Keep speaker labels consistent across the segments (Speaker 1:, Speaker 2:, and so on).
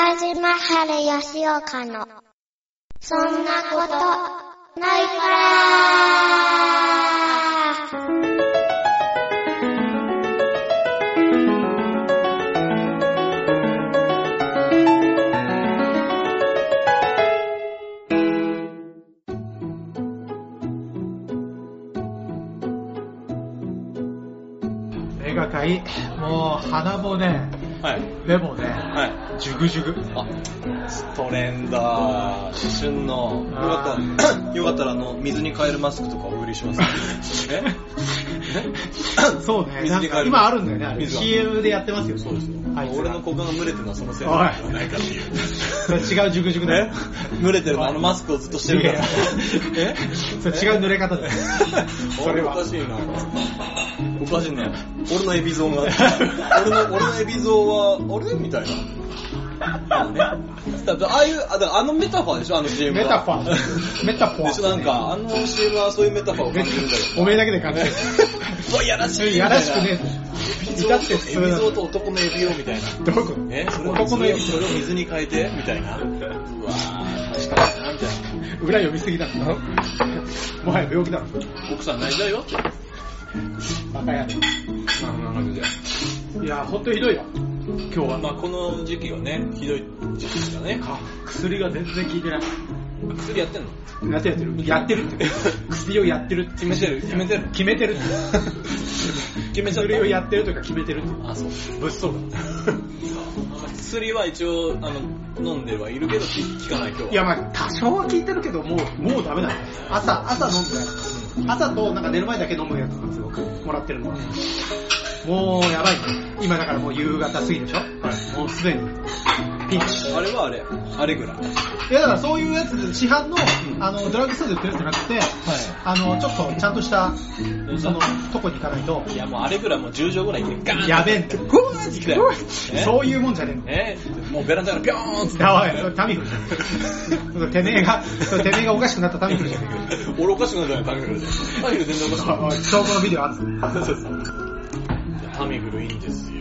Speaker 1: 山春吉岡の、そんなこと、ないから
Speaker 2: 映画界もう鼻もね
Speaker 3: はい。
Speaker 2: 目もね、
Speaker 3: はい。
Speaker 2: ジュグジュグ
Speaker 3: あ、トレンダー、旬の。よ
Speaker 2: あ
Speaker 3: かったら、よかったら、あの、水に変えるマスクとかお売りし ます、ね。え
Speaker 2: そうね
Speaker 3: 水
Speaker 2: なん
Speaker 3: に
Speaker 2: か
Speaker 3: 変える
Speaker 2: 今あるんだよねあれ
Speaker 3: 水が
Speaker 2: CM でやってますよ
Speaker 3: そうですよ。
Speaker 2: あいつら
Speaker 3: 俺の股間が蒸れてるのはそのせい
Speaker 2: おい
Speaker 3: なんじゃないかっていう。
Speaker 2: それ違うジュグジュグだ
Speaker 3: ね
Speaker 2: よ
Speaker 3: 蒸れてるのあのマスクをずっとしてるから。え
Speaker 2: それ違う濡れ方だよ そ
Speaker 3: そ
Speaker 2: れ
Speaker 3: れ
Speaker 2: は
Speaker 3: おかしいな。おかしいね。俺のエビゾーが。俺の、俺のエビゾーは、あれみたいな。ね、だからああいう、あだからあのメタファーでしょあの CM は。
Speaker 2: メタファーメタファー
Speaker 3: でしょなんか、あの CM はそういうメタファーを感じるんだけ
Speaker 2: おめえだけで感じてる
Speaker 3: ど。 そういやらしいみたいな。
Speaker 2: やらしくね
Speaker 3: エビ
Speaker 2: え
Speaker 3: ゾ
Speaker 2: だって
Speaker 3: ー
Speaker 2: そ
Speaker 3: と、エ
Speaker 2: れ
Speaker 3: ビ
Speaker 2: な
Speaker 3: ゾーと男のエビをみたいな。
Speaker 2: どこ
Speaker 3: えそれを
Speaker 2: 男のエビ
Speaker 3: それを水に変えてみたいな。うわぁ、確かにな、みたいな。
Speaker 2: 裏読みすぎだろもはや病気だろ
Speaker 3: 奥さん泣いちゃうよ。
Speaker 2: バカやね
Speaker 3: まあ、こんな感じで。
Speaker 2: いやほんとひどいよ今日は
Speaker 3: まあ、この時期はね、ひどい時期ですかね。
Speaker 2: あ薬が全然効いてない
Speaker 3: 薬やってんの
Speaker 2: やってるやってるやってるって薬をやってるって
Speaker 3: 決めてる決めてる
Speaker 2: 決めてるって
Speaker 3: 決めちゃっ
Speaker 2: 薬を
Speaker 3: た。
Speaker 2: やってるとか決めてるって
Speaker 3: あ、そう。
Speaker 2: 物騒だ
Speaker 3: 薬は一応、あの、飲んではいるけど、効かない今日
Speaker 2: いやまあ多少は効いてるけどもうもうダメだね朝朝飲んでない朝となんか寝る前だけ飲むやつなんですよもらってるのはもうやばいね今だからもう夕方過ぎでしょ、もうすでにピンチ
Speaker 3: あれはあれ。あれぐらい。
Speaker 2: いやだからそういうやつで市販のあのドラッグストアで売ってるやつじゃなくて、あのちょっとちゃんとしたそのとこに行かないと
Speaker 3: いや、もうあれぐらいもう10錠ぐらいでガー ン
Speaker 2: やべえんだ
Speaker 3: て
Speaker 2: よ
Speaker 3: ふわーってきたよ。
Speaker 2: そういうもんじゃねえんだよ
Speaker 3: えもうベランダからビョーンって。
Speaker 2: やばい、それタミフルじゃん。てめえが、それてめえがおかしくなったタミフルじゃん。
Speaker 3: 俺おかしくなるじゃないタミフルで。タミフル全然おかしくない。
Speaker 2: 証拠のビデオあるぞ。
Speaker 3: そうそうタミフルいいんですよ。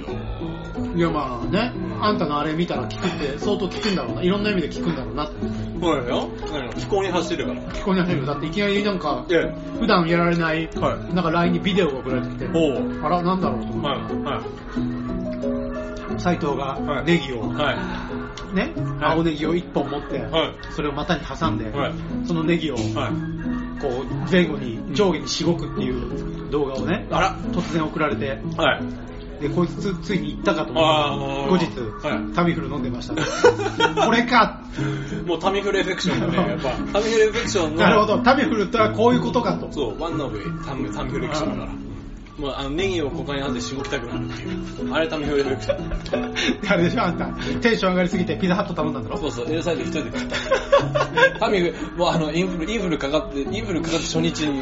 Speaker 2: いやまあね、あんたのあれ見たら聞くって、相当聞くんだろうな。いろんな意味で聞くんだろうなって。
Speaker 3: そうだよ。気候に走ってるから。
Speaker 2: 聞こえないけど、だっていきなりなんか、
Speaker 3: え
Speaker 2: 普段やられない、
Speaker 3: は
Speaker 2: なんか LINE にビデオが送られてきて、
Speaker 3: おう。
Speaker 2: あら、なんだろうと思っ
Speaker 3: はい、はい、
Speaker 2: て、斎藤
Speaker 3: は
Speaker 2: が
Speaker 3: い
Speaker 2: ネギを、
Speaker 3: は
Speaker 2: ね、
Speaker 3: い
Speaker 2: 青ネギを1本持って、
Speaker 3: はい
Speaker 2: それを股に挟んで、
Speaker 3: い、はい、
Speaker 2: そのネギを、
Speaker 3: はい。
Speaker 2: こう、前後に、上下にしごくっていう動画をね、
Speaker 3: あ
Speaker 2: 突然送られて、
Speaker 3: らはい。
Speaker 2: で、こいつついに行ったかと思
Speaker 3: あ
Speaker 2: っ
Speaker 3: ー
Speaker 2: た後日、
Speaker 3: は
Speaker 2: タミフル飲んでましたね。 これか
Speaker 3: もうタミフルエフェクションだね、 やっぱ。タミフルエフェクションの。
Speaker 2: なるほど、タミフルとはこういうことかと。
Speaker 3: そう、ワンノブタミタミフルエフェクションだから。もうあのネギを股間にあってしごきたくなるっていう。あれタミフルエフェクション。
Speaker 2: あれでしょ、あんた、テンション上がりすぎてピザハット頼んだんだ
Speaker 3: そ
Speaker 2: ろ
Speaker 3: うそう、L サイズ一人で食った。タミフル、もうあの、インフル、インフルかかって、インフルかかって初日に、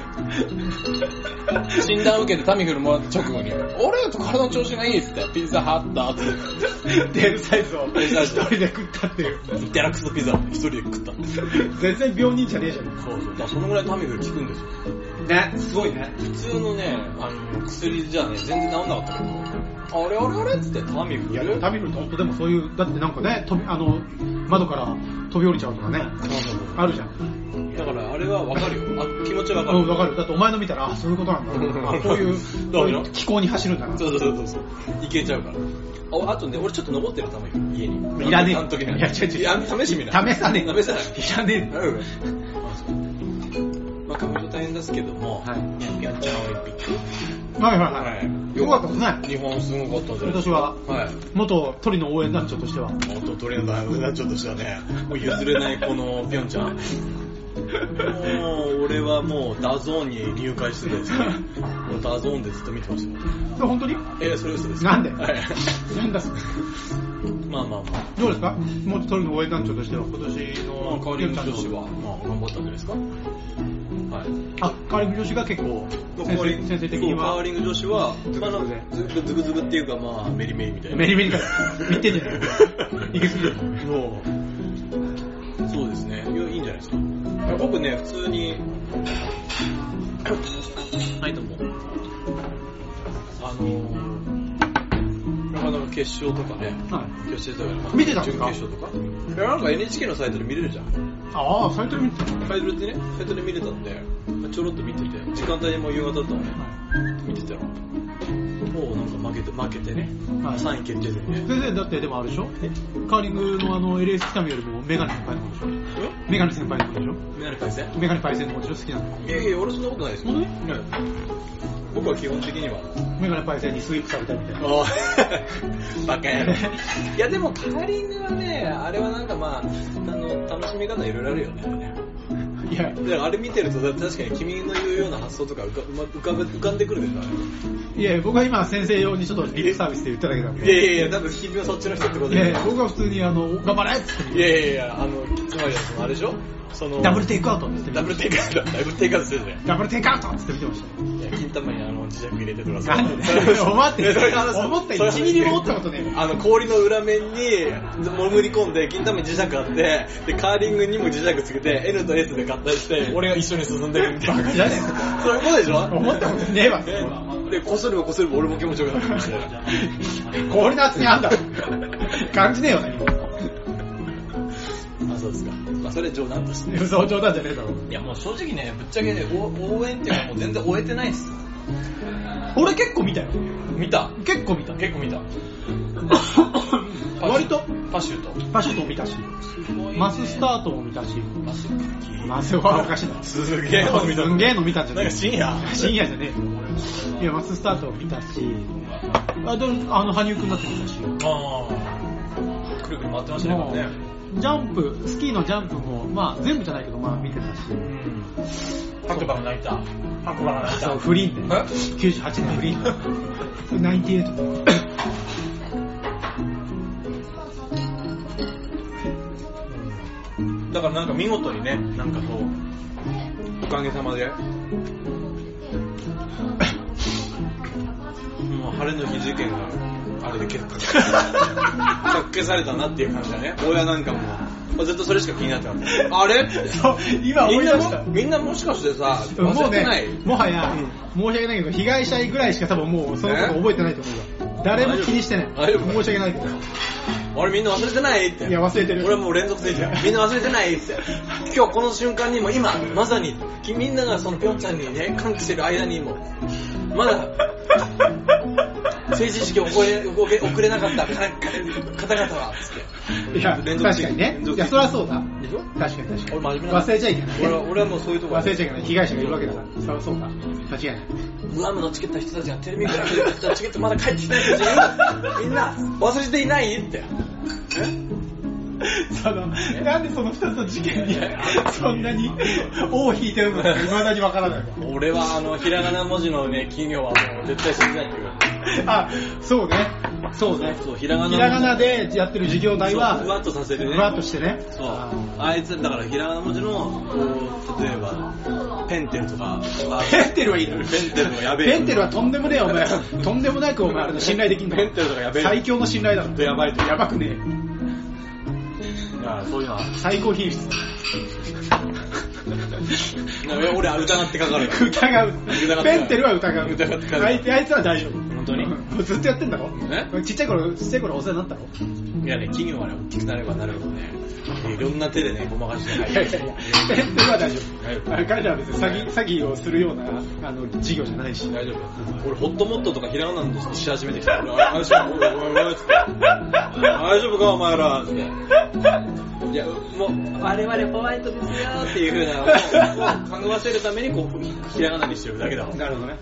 Speaker 3: 診断受けてタミフルもらった直後に、俺と体の調子がいいっつって、ピザハッターって、
Speaker 2: デルサイズを
Speaker 3: L サイ
Speaker 2: 一
Speaker 3: ズ
Speaker 2: 人で食ったっていう。
Speaker 3: デラックスのピザ一人で食ったんです。
Speaker 2: 全然病人じゃねえじゃん。
Speaker 3: そうそう、だからそのぐらいタミフル効くんですよ。
Speaker 2: ね、すごいね。
Speaker 3: 普通のね、あの、薬じゃね、全然治んなかったけど、あれあれあれっつってタミフ
Speaker 2: いや、
Speaker 3: ル
Speaker 2: でもタミフルと本当でもそういう、だってなんかね、飛びあの、窓から飛び降りちゃうとかね、あるじゃん。
Speaker 3: だからあれはわかるよ。あ気持ちわか
Speaker 2: うん
Speaker 3: る。
Speaker 2: わかる。だってお前の見たら、あ、そういうことなんだ。あ、こう いう、
Speaker 3: ど
Speaker 2: こ
Speaker 3: う
Speaker 2: う
Speaker 3: よ
Speaker 2: いう気候に走るんだな。
Speaker 3: そうそうそうそう。いけちゃうから。ああとね、俺ちょっと残ってるタミフル、家に。
Speaker 2: いらねえ
Speaker 3: あの時の
Speaker 2: いや違う違う
Speaker 3: いや試してみない。
Speaker 2: 試さねえ
Speaker 3: 試さない。
Speaker 2: いらねえ。
Speaker 3: まあ、花粉大変ですけども、、
Speaker 2: はい
Speaker 3: やっちゃうオリンピッ
Speaker 2: はいはい
Speaker 3: ク。
Speaker 2: はい。
Speaker 3: い
Speaker 2: よかったですね。
Speaker 3: 日本すごかったんじゃない
Speaker 2: 私は、
Speaker 3: はい。
Speaker 2: 元トリの応援団長としては。
Speaker 3: 元トレンドの話になっちゃうとしたね。もう譲れないこのぴょんちゃん。もう 俺はもうダゾーンに入会してですね。もうダゾーンでずっと見てましたよ。
Speaker 2: 本当に
Speaker 3: えそれ嘘です。
Speaker 2: なんで
Speaker 3: はい。
Speaker 2: なんだっす
Speaker 3: まあまあまあ。
Speaker 2: どうですか元トリの応援団長としては、今年
Speaker 3: まあ、
Speaker 2: の
Speaker 3: カーリング女子は、まあ、頑張ったんじゃないですか。はい。
Speaker 2: あ、カーリング女子が結構、先生先生的に
Speaker 3: そうカー
Speaker 2: は、
Speaker 3: リング女子は、まあ
Speaker 2: ズブ
Speaker 3: ズブズブズブっていうか、まあ、メリメリみたいな。
Speaker 2: メリメリ から言ってんじゃない行き過ぎる。
Speaker 3: もう、そうですね。いやいいんじゃないですか。僕ね、普通に、はい、どうも。あのー、なかなか決勝とかね、
Speaker 2: は
Speaker 3: 決勝とか、
Speaker 2: 見てたんです
Speaker 3: 準決
Speaker 2: か
Speaker 3: 勝とか、いやなんか NHK のサイトで見れるじゃん。
Speaker 2: ああ、サイトで見てた。
Speaker 3: サイトでね、サイトで見れたんで、ちょろっと見てて、時間帯でもう夕方だったのね、見てたら、もうなんか負けて、負けてね、
Speaker 2: はい
Speaker 3: 3位決定戦ね。
Speaker 2: 先生、だってでもあるでしょカーリングのあの、LS 北見よりもメガネ先輩の方でしょメガネ先輩の方でし
Speaker 3: えメガネ回戦
Speaker 2: ょメガネパイセンの方でしょ好きなの。
Speaker 3: いやいや、俺そんなことないですよ。
Speaker 2: 本
Speaker 3: ね僕は基本的には。
Speaker 2: メガネパイセンにスイープされたみたいな。
Speaker 3: おい バカ野郎。 いや、でもカーリングはね、あれはなんかまあ、あの、楽しみ方いろいろあるよね。
Speaker 2: いや、
Speaker 3: だからあれ見てると、だ確かに君の言うような発想とか浮かうま浮かぶ浮かんでくるでしょ、あれ
Speaker 2: いや僕は今先生用にちょっとリップサービスで言っただけなん
Speaker 3: いや
Speaker 2: で。
Speaker 3: いやいや、なんか君はそっちの人ってこと
Speaker 2: いや
Speaker 3: で
Speaker 2: いや僕は普通にあの、頑張れっつっ
Speaker 3: いやいやいや、あの、つまりはそのあれでしょその、
Speaker 2: て、ダブルテイクアウトっつって
Speaker 3: ダブルテイクアウト、ダブルテイクアウトするじゃん。
Speaker 2: ダブルテイクアウトっつって見てました。
Speaker 3: いや、金玉にあの、磁石入れてとかさ。
Speaker 2: なんでだ よ思って
Speaker 3: いやそれ話す
Speaker 2: 思った
Speaker 3: それ話
Speaker 2: 1ミリも思ったことねえも
Speaker 3: あの、氷の裏面に潜り込んで、金玉に磁石あって、で、カーリングにも磁石つけて、N と S で合体して、俺が一緒に進んでるみたいな。
Speaker 2: バカじゃねえか
Speaker 3: そういうことでしょ
Speaker 2: 思ったことねえわ
Speaker 3: ねで、こすればこすれば俺も気持ちよくなるかもしれない。
Speaker 2: ん。氷の厚みあんだろ。感じねえよね。
Speaker 3: あ、そうですか。まあ、それ冗談として。
Speaker 2: 嘘冗談じゃねえだろ。
Speaker 3: いや、もう正直ね、ぶっちゃけね、お応援っていうのはもう全然終えてないっす。
Speaker 2: 俺結構見たよ。
Speaker 3: 見た
Speaker 2: 結構見た。
Speaker 3: 結構見た。
Speaker 2: 割と
Speaker 3: パシュート。
Speaker 2: パシュートも見たし、
Speaker 3: すごいね
Speaker 2: マススタートも見たし、
Speaker 3: マス
Speaker 2: マスはおかしいな。
Speaker 3: すげえの見た。
Speaker 2: すんげえの見たんじゃ
Speaker 3: なん
Speaker 2: ね
Speaker 3: か深夜。
Speaker 2: え。深夜じゃねえよ。いや、マススタートも見たし、あでもあの、羽生くんだって見たし。
Speaker 3: ああ。くるくる回ってましたね、
Speaker 2: も
Speaker 3: 今ね。
Speaker 2: うジャンプ、スキーのジャンプも、まあ全部じゃないけど、まあ見てたし、
Speaker 3: うん。白馬が泣いた。白馬が泣い
Speaker 2: そう
Speaker 3: た。
Speaker 2: フリーンで、98年フリーンで、98で。
Speaker 3: だからなんか見事にね、なんかこう、おかげさま で、もう晴れの日事件が、あれで結 果、着消されたなっていう感じだね。親なんかも、まあずっとそれしか気になってなかった。あれ って
Speaker 2: そう、今
Speaker 3: み
Speaker 2: 思
Speaker 3: ん
Speaker 2: い
Speaker 3: な
Speaker 2: 出した
Speaker 3: も。みんなもしかしてさ、
Speaker 2: も
Speaker 3: 忘
Speaker 2: う
Speaker 3: れて
Speaker 2: ね
Speaker 3: ない、
Speaker 2: もはや、申し訳ないけど、被害者ぐらいしか多分もう、そのこと覚えてないと思うわ。誰も気にしてない。
Speaker 3: 大丈夫
Speaker 2: 申し訳ないけど。
Speaker 3: 俺みんな忘れてないって。
Speaker 2: いや、忘れてる。
Speaker 3: 俺はもう連続で 言ってるみんな忘れてないって。今日この瞬間にも、今、まさに、きみんながそのぴょんちゃんにね、歓喜してる間にも、まだ、成人式を遅れ遅れ遅れなかったかか方々は、つって。
Speaker 2: いや、
Speaker 3: 連
Speaker 2: 確
Speaker 3: 続
Speaker 2: か
Speaker 3: して
Speaker 2: にね
Speaker 3: 連。続
Speaker 2: い
Speaker 3: で
Speaker 2: や、そりゃそうだ。
Speaker 3: でしょ
Speaker 2: 確かに確か
Speaker 3: 俺
Speaker 2: に。
Speaker 3: 真面目な
Speaker 2: 忘れちゃいけないね。
Speaker 3: 俺は俺はもうそういうとこ
Speaker 2: 忘れちゃいけない。被害者がいるわけだから。そりゃそうだ。間違いない。
Speaker 3: グアムのチケットの人たちがテレビグラムで買ったチケットまだ帰ってきてない人たちがいるみんな、忘れていないって。
Speaker 2: その、なんでその二つの事件に、そんなに、尾を引いてるのか、未だにわからない。
Speaker 3: 俺はあの、ひらがな文字のね、企業はもう絶対信じないっていう
Speaker 2: あ、
Speaker 3: か。
Speaker 2: そうね。そうね。
Speaker 3: そう、ひらがな
Speaker 2: ひらがなでやってる授業代は、
Speaker 3: そうふわっとさせるね
Speaker 2: ふわっとしてね。
Speaker 3: そう
Speaker 2: あー。
Speaker 3: あいつ、だから、ひらがな文字の、こう、例えば、ペンテルとか、
Speaker 2: ペンテルはいいの
Speaker 3: ペンテルもやべえ。
Speaker 2: ペンテルはとんでもねえよお前。とんでもなくお前あれの信頼できんの。
Speaker 3: ペンテルとかやべえ
Speaker 2: 最強の信頼だ
Speaker 3: ほん
Speaker 2: ろ。
Speaker 3: とやばいと。
Speaker 2: やばくねえよ。
Speaker 3: いやそういうのは。
Speaker 2: 最高品質。
Speaker 3: いや俺は疑って かかるよ。
Speaker 2: 疑う
Speaker 3: 疑。う
Speaker 2: ペンテルは疑う。
Speaker 3: 疑ってかかる
Speaker 2: あいつあいつは大丈夫。
Speaker 3: 本当に
Speaker 2: うんずっとやってんだろ
Speaker 3: え
Speaker 2: ちっちゃい頃、ちっちゃい頃お世話になっ
Speaker 3: いやね、企業はね、大きくなればなるほどね、いろんな手でね、ごまかして
Speaker 2: た
Speaker 3: ない
Speaker 2: ろ
Speaker 3: い。
Speaker 2: いやいやい やペンテルは大丈
Speaker 3: 大丈
Speaker 2: 夫。
Speaker 3: 夫
Speaker 2: あれ彼らは別に詐欺、詐欺をするような、あの、事業じゃないし。
Speaker 3: 大丈夫。俺、ホットモットとかひらがなのし始めてきた。俺あれしようおいおいおいつって大丈夫か、お前ら。つっていや、もう、我々ホワイトですよっていう風な、もう、考わせるために、こう、ひらがなにしてるだけだわ。
Speaker 2: なるほどね。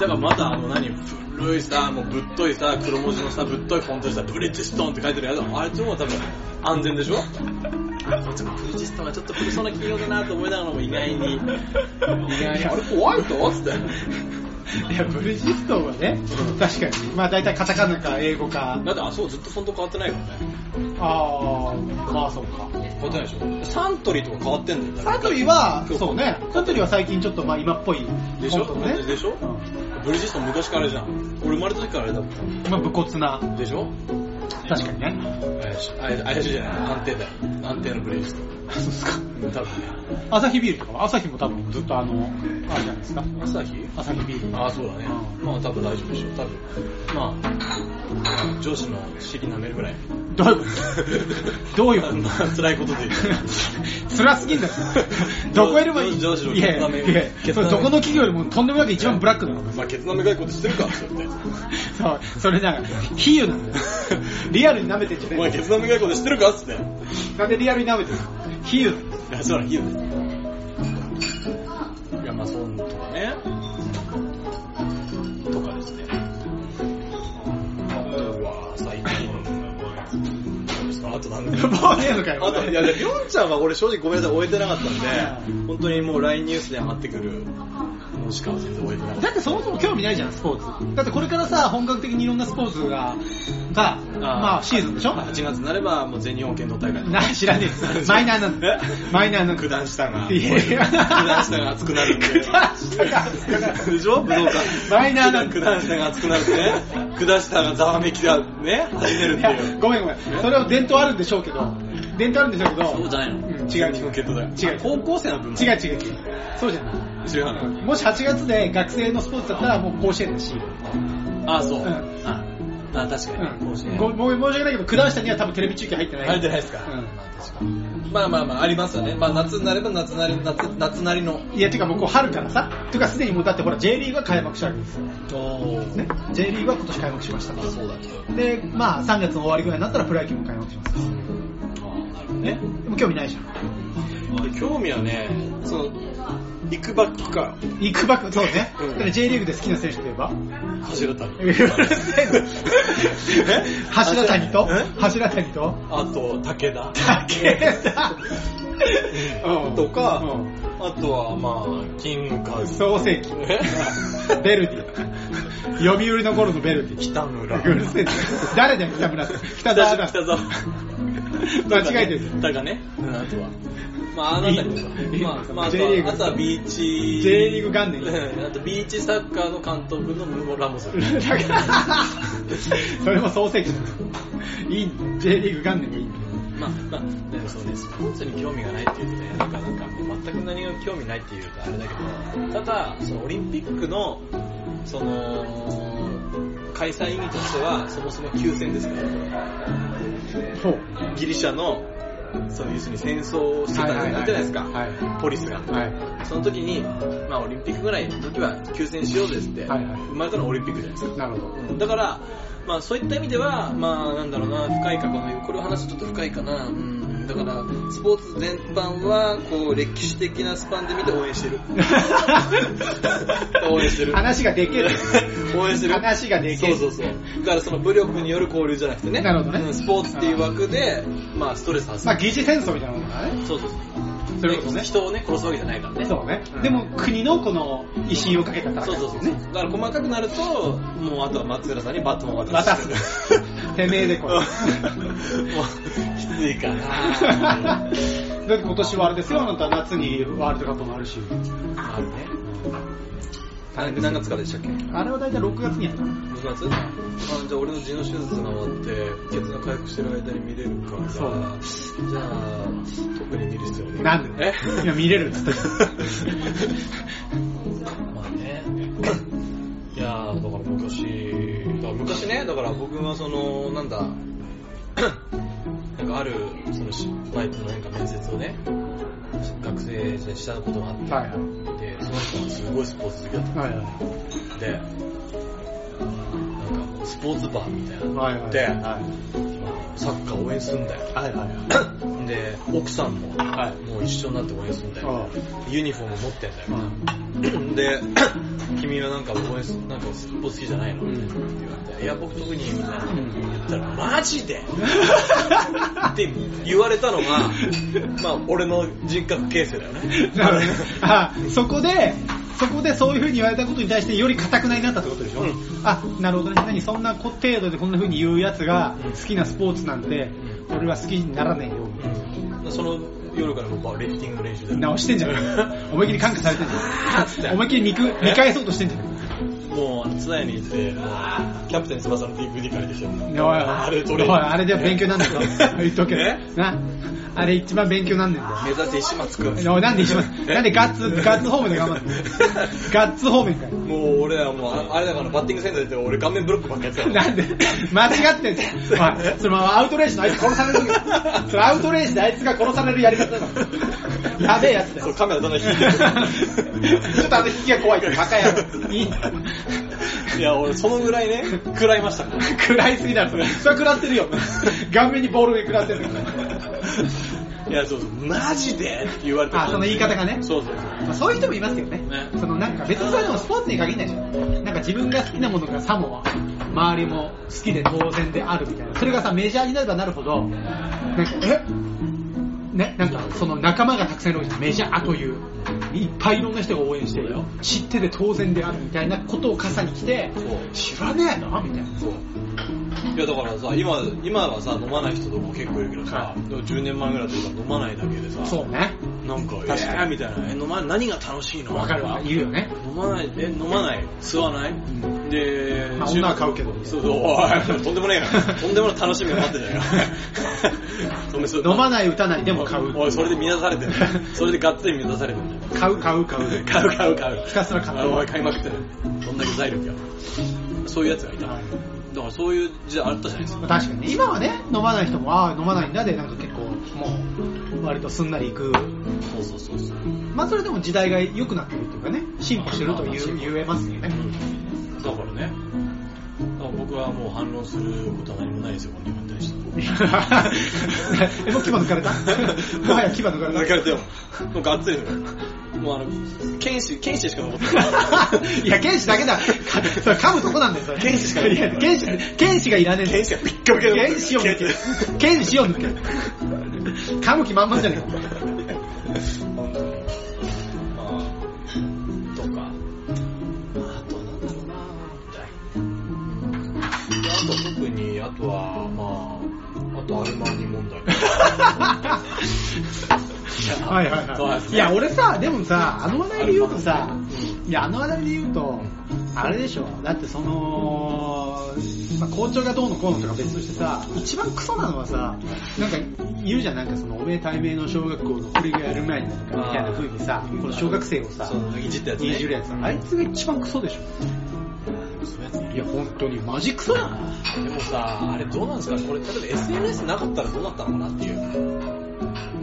Speaker 3: だからまだあの何、古いさ、もうぶっといさ、黒文字のさ、ぶっといフォントでさ、ブリッジストーンって書いてるやつ、あれちょっと多分安全でしょあちょっとブリッジストーンはちょっと古そうな企業だなと思いながらも意外に、意外に、あれ怖いとつって。
Speaker 2: いや、ブルジストンはね、確かに。まあ大体カタカナか英語か。
Speaker 3: だってあそうずっとフォント変わってないからね。
Speaker 2: ああ、まあそうか。
Speaker 3: 変わってないでしょサントリーとか変わってんだよ。
Speaker 2: サントリーは、そうね。サントリーは最近ちょっとまあ今っぽい
Speaker 3: でしょ
Speaker 2: コントのね。
Speaker 3: でしょブリッジストーン昔からあれじゃん。俺生まれた時からあれだもん。
Speaker 2: まあ武骨な。
Speaker 3: でしょ
Speaker 2: 確かにね。
Speaker 3: 怪しい。怪しい怪しいじゃない。安定だよ。安定のブリッジストーン。そうですか。多分ね。
Speaker 2: アサヒビールとかは、アサヒも多分ずっとあの、あれじゃないですか。
Speaker 3: 朝日
Speaker 2: アサヒビール。
Speaker 3: ああ、そうだね。 まあ、多分大丈夫でしょう。多分。まあ、上司の尻舐めるぐらい。
Speaker 2: どう いうことどういうこ
Speaker 3: あ
Speaker 2: と
Speaker 3: んな辛いことで言う。
Speaker 2: 辛すぎんだよ。どこよりもいい。
Speaker 3: 上司の
Speaker 2: いやい
Speaker 3: 決
Speaker 2: や
Speaker 3: 断目
Speaker 2: いや、それどこの企業よりもとんでもなく一番ブラックだよ。
Speaker 3: まあ、ケツ舐めがいことしてるか、そうやって。
Speaker 2: そう、それなんか、比喩なんだよ。リアルに舐めてんじゃ
Speaker 3: お
Speaker 2: ね
Speaker 3: 前、ケツ舐めがいことしてるかっつって。い
Speaker 2: えなんでリアルに舐 めてるの比喩なんだよ
Speaker 3: や、そうなん、いいよ。いや、まあ、そんとかね。とかですね。あとは、最近。どうですかあと なんで。
Speaker 2: もうねえのかよ
Speaker 3: あと、いや、で、りょんちゃんは俺正直ごめんなさい、終えてなかったんで、本当にもう LINE ニュースで上がってくるのしか全然終えてなかっ。
Speaker 2: だってそもそも興味ないじゃん、スポーツ。だってこれからさ、本格的にいろんなスポーツが、が、まあシーズンでしたょ
Speaker 3: まあ8月になれば、もう全日本剣道大会と
Speaker 2: な、
Speaker 3: か
Speaker 2: 知らねえよマイナーなんだ。 マイナーなんだ
Speaker 3: 九。段下が、
Speaker 2: いやいや
Speaker 3: 九段下が熱くなるんで。
Speaker 2: 九段下が熱くなる
Speaker 3: でしょ武道館。
Speaker 2: マイナーなんだ
Speaker 3: 九段下が熱くなるってね。九段下がざわめきがね、始めるっ
Speaker 2: い
Speaker 3: て
Speaker 2: や
Speaker 3: いう。
Speaker 2: ごめんごめん。それは伝統あるんでしょうけど、伝統あるんでしょうけど、
Speaker 3: そうじゃないの
Speaker 2: うん違う違う。
Speaker 3: 剣道だよ。
Speaker 2: 違う
Speaker 3: 高校生の部分。
Speaker 2: 違う違う違う。そうじゃない。
Speaker 3: 違うの。
Speaker 2: もし8月で学生のスポーツだったらもう甲子園だし、
Speaker 3: あ、そう。
Speaker 2: うん
Speaker 3: あ、
Speaker 2: う
Speaker 3: あ確かに。甲子
Speaker 2: ん、
Speaker 3: 園
Speaker 2: ごもう申し訳ないけど、九段下には多分テレビ中継入ってない。
Speaker 3: 入ってないですかまあまあまあ、ありますよね。まあ夏になれば夏なり、夏、夏なりの。
Speaker 2: うん、いや、てかもうこう春からさ、てかすでにもうだってほら J リーグが開幕したわけですよ。
Speaker 3: おー。
Speaker 2: ね、J リーグは今年開幕しましたか
Speaker 3: あ、そうだね。
Speaker 2: ら。で、まあ3月の終わりぐらいになったらプロ野球も開幕しますから
Speaker 3: あーなるほど
Speaker 2: ね
Speaker 3: ね。。
Speaker 2: でも興味ないじゃん。
Speaker 3: 興味はね、その、行くばっか、
Speaker 2: 行くばっか、そうね。
Speaker 3: うん
Speaker 2: だから J リーグで好きな選手といえば
Speaker 3: 柱谷。
Speaker 2: うるせ えな
Speaker 3: え
Speaker 2: 柱谷と
Speaker 3: え
Speaker 2: 柱谷と
Speaker 3: あと、武田。
Speaker 2: 武田うん
Speaker 3: とか、
Speaker 2: うん
Speaker 3: あとは、まあ、キングカ ズ。
Speaker 2: 創世紀。
Speaker 3: ね
Speaker 2: ベルディ。読売の頃のベルディ。
Speaker 3: 北 村。
Speaker 2: うるせえな誰だよ、北村って。北沢だ。
Speaker 3: 北沢。
Speaker 2: 間違えてる
Speaker 3: だがね、うんあとは。まあ、あなたに
Speaker 2: いい
Speaker 3: まあ、まあ、あと
Speaker 2: J リーグ
Speaker 3: はあとはビーチ。
Speaker 2: J リーグ元年
Speaker 3: うんあとビーチサッカーの監督のムロラモス。
Speaker 2: だから それも創世紀だ。いいんだ J リーグ元年がいいんだ
Speaker 3: まあ、まあ、なんかそうね、スポーツに興味がないっていうとね、なんか、なんか、全く何が興味ないっていうとあれだけど、ただ、そのオリンピックの、その、開催意義としては、そもそも休戦ですから、
Speaker 2: ほう。
Speaker 3: ギリシャの、その要するに戦争をしてたじゃ
Speaker 2: はいはいはい
Speaker 3: ないですか、
Speaker 2: はい
Speaker 3: ポリスが。
Speaker 2: はい。
Speaker 3: その時に、まあオリンピックぐらいの時は休戦しようぜって、
Speaker 2: はいはい
Speaker 3: 生まれたのはオリンピックじゃないですか。
Speaker 2: なるほど。
Speaker 3: だから、まあそういった意味では、まあなんだろうな、深いかこの、これ話ちょっと深いかな。うん、だから、スポーツ全般は、こう、歴史的なスパンで見て応援し てる。応援してる。
Speaker 2: 話ができる。
Speaker 3: 応援してる。
Speaker 2: 話ができる
Speaker 3: そうそうそう。だからその武力による交流じゃなくてね。
Speaker 2: なるほどね
Speaker 3: うんスポーツっていう枠で、まあストレス発
Speaker 2: まあ、
Speaker 3: 散。
Speaker 2: 疑似戦争みたいなものだね。
Speaker 3: そうそうそう。
Speaker 2: それこそね
Speaker 3: で人をね、殺すわけじゃないからね。
Speaker 2: そうね。でも、国のこの威信をかけた戦い
Speaker 3: そうそうそう。
Speaker 2: ですね。
Speaker 3: だから細かくなると、もうあとは松浦さんにバットンを渡
Speaker 2: 渡
Speaker 3: す。
Speaker 2: す。てめえでこれ。
Speaker 3: もう、きつい か
Speaker 2: だ
Speaker 3: な
Speaker 2: っ。て今年はあれですよ、あなた夏にワールドカップもあるし。
Speaker 3: あるね。何月からでしたっけ
Speaker 2: あれは大体6月にやった。
Speaker 3: ?6 月あじゃあ俺の痔の手術が終わって、血が回復してる間に見れるから。
Speaker 2: そうだ
Speaker 3: じゃあ、特に見る必要はない。
Speaker 2: なんで
Speaker 3: え
Speaker 2: 今見れるっつっ て。
Speaker 3: まあね。いやー、だから昔、だから昔ね、だから僕はその、なんだ、なんかある、そのし、バイトのなんか面接をね、学生時代したことがあって、
Speaker 2: はいはい。
Speaker 3: で、その人はすごいスポーツ好きだっ
Speaker 2: はいはい。
Speaker 3: たんで、なんかもうスポーツバーみたいなのが
Speaker 2: はい
Speaker 3: あ
Speaker 2: は
Speaker 3: っ
Speaker 2: い。
Speaker 3: て、
Speaker 2: はい
Speaker 3: サッカー応援するん だよ。
Speaker 2: はいはい。
Speaker 3: で、奥さんも、
Speaker 2: はい
Speaker 3: もう一緒になって応援するんだよ。ユニフォーム持ってんだよ。で、 君はなんか応援す、なんかスポーツ好きじゃないの、って言われて、いや、僕特に、みたいな言ったら、マジで って言われたのが、 まあ、俺の人格形成だよね。
Speaker 2: なるほどね。 あ、そこで、そこでそういう風に言われたことに対してより固くなになったってことでしょ、
Speaker 3: うん
Speaker 2: あ、なるほどね。何そんなこ程度でこんな風に言うやつが
Speaker 3: うん
Speaker 2: 好きなスポーツなんて、俺は好きにならねえよ。
Speaker 3: うんその夜から僕はリフティングの練習だよ。
Speaker 2: 直してんじゃねえか思いっきり感化されてんじゃね
Speaker 3: あーっつっ
Speaker 2: え
Speaker 3: て
Speaker 2: か思いっきり見く見返そうとしてんじゃねえか
Speaker 3: もう、ツナヤに行って、もうキャプテン翼の DVD 借りてきたもん。
Speaker 2: いやおい
Speaker 3: あれどれ
Speaker 2: おいあれでは勉強になん ねんぞ言っとくけど
Speaker 3: ね
Speaker 2: なあれ一番勉強になんねんだ
Speaker 3: 目指せ石松くん。
Speaker 2: よなんで一番なんでガッツガッツ方面で頑張るのガッツ方面かよ
Speaker 3: もう俺らもう、ああれだからバッティングセンターで俺顔面ブロックばっかやってたもん
Speaker 2: なんで間違ってんじゃんおいそれアウトレイジのあいつ殺されるそれアウトレイジであいつが殺されるやり方だから やべえやつだよ
Speaker 3: そうカメラどんどん引いて
Speaker 2: ちょっとあの引きが怖いから、バカ野郎。いい
Speaker 3: る。いや、俺そのぐらいね、食らいましたから。
Speaker 2: 食らいすぎだろ、それ。それ食らってるよ。顔面にボールが食らってる
Speaker 3: いや、そうそう、マジでって言われて
Speaker 2: あ、その言い方がね。
Speaker 3: そうそうそう。
Speaker 2: まあ、そういう人もいますけどね。
Speaker 3: ね
Speaker 2: そのなんか別にそれでもスポーツに限らないじゃん。なんか自分が好きなものがさも、周りも好きで当然であるみたいな。それがさ、メジャーになればなるほど、なんか、えね、なんかその仲間がたくさんいるわけじゃんメジャーという。いっぱいいろんな人が応援してるよ。知ってて当然であるみたいなことを傘に来て
Speaker 3: そう、
Speaker 2: 知らねえな、みたいな。
Speaker 3: そう。いやだからさ、今、今はさ、飲まない人とか結構いるけどさ、でも10年前ぐらいだったら飲まないだけでさ、
Speaker 2: そうね。
Speaker 3: なんか、
Speaker 2: 確かに
Speaker 3: えーみたいな、え、飲まない、何が楽しいの
Speaker 2: わかるわ。いるよね。
Speaker 3: 飲まない、え、飲まない、吸わない、
Speaker 2: ん
Speaker 3: で、
Speaker 2: まあ
Speaker 3: 中
Speaker 2: 女は買うけど
Speaker 3: そうそう、おい、とんでもねえ な。とんでもない楽しみが待ってたよ。飲 めそう
Speaker 2: 飲まない、打たない、でも買う。
Speaker 3: おい、それで満たされてる。 それでがっつり満たされてるじゃん。
Speaker 2: 買う、買う、買う。
Speaker 3: 買う買う買う。
Speaker 2: ひたすら買う
Speaker 3: お前買いまくってる。どんだけ財力や。そういうやつがいた。だからそういう時代あったじゃないですか。
Speaker 2: 確かに今はね飲まない人もああ飲まないんだでなんか結構もう割とすんなりいく
Speaker 3: そうそうそうそう。
Speaker 2: まあそれでも時代が良くなってるというかね進歩してるという言えますよね
Speaker 3: だからね。だから僕はもう反論することは何もないですよ、この日本に対して。
Speaker 2: えもう牙抜 かれたもはや牙抜かれた
Speaker 3: 抜かれたよ。もうがっつりだもうあの、剣士、剣士しか残ってない。
Speaker 2: いや、剣士だけだ。かそれ噛むとこなんだよ、それ。
Speaker 3: 剣士しか
Speaker 2: いや、剣士、剣士がいらねえんだよ
Speaker 3: 剣士がピッカピカだ
Speaker 2: 剣士を抜ける。剣士を 抜ける。噛む気満々じゃねえか。
Speaker 3: 本当に。まあ、とか。まあ、あとなんだろうなみたいな。あと特に、あとは、まあ、あとアルマーニ問題。
Speaker 2: はいはい
Speaker 3: そうなん
Speaker 2: は
Speaker 3: です
Speaker 2: い。
Speaker 3: ね
Speaker 2: いや、俺さ、でもさ、あの話題で言うとさ、いや、あの話題で言うと、あれでしょ、だってその、まあ、校長がどうのこうのとか別としてさ、一番クソなのはさ、なんか言うじゃん、なんかその、おめえ対面の小学校のこれがやる前になんかみたいな風にさ、この小学生をさ
Speaker 3: そ、う、いじったやつ、ね。
Speaker 2: いじるやつさ、あいつが一番クソでしょ。
Speaker 3: そういうやつね
Speaker 2: いや、本当にマジクソだな。
Speaker 3: でもさ、あれどうなんですかねこれ、例えば SNS なかったらどうなったのかなっていう。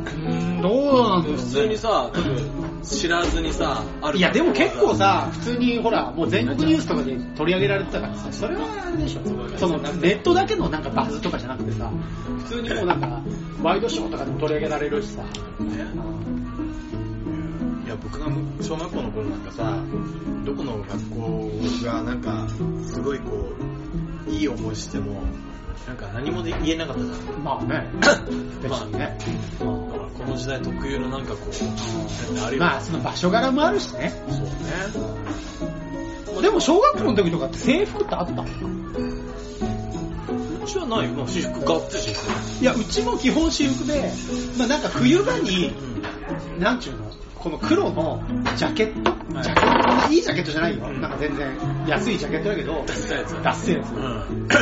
Speaker 2: うん、どうなんだろう
Speaker 3: 普通にさ、多分、知らずにさ、ある。
Speaker 2: いやでも結構、さ普通にほらもう全国ニュースとかで取り上げられてたからさそれはあれでしょそのネットだけのなんかバズとかじゃなくてさ普通にもうなんかワイドショーとかでも取り上げられるしさ
Speaker 3: いや、僕が小学校の頃なんかさ、どこの学校がなんか、すごいこう、いい思いしても、なんか何も言えなかったじゃん。
Speaker 2: まあね 別にね
Speaker 3: だからこの時代特有のなんかこう、あるよね
Speaker 2: まあその場所柄もあるしね
Speaker 3: そうね。
Speaker 2: でも小学校の時とかって制服ってあった
Speaker 3: うちはないよ。まあ、私服がっつり私服。
Speaker 2: いやうちも基本私服でまあなんか冬場になんちゅうのこの黒のジャケット、
Speaker 3: はい
Speaker 2: ジャケットいいジャケットじゃないよ、
Speaker 3: うん
Speaker 2: なんか全然安いジャケットだけど
Speaker 3: 出せたやつ。
Speaker 2: ダッセーやつ
Speaker 3: う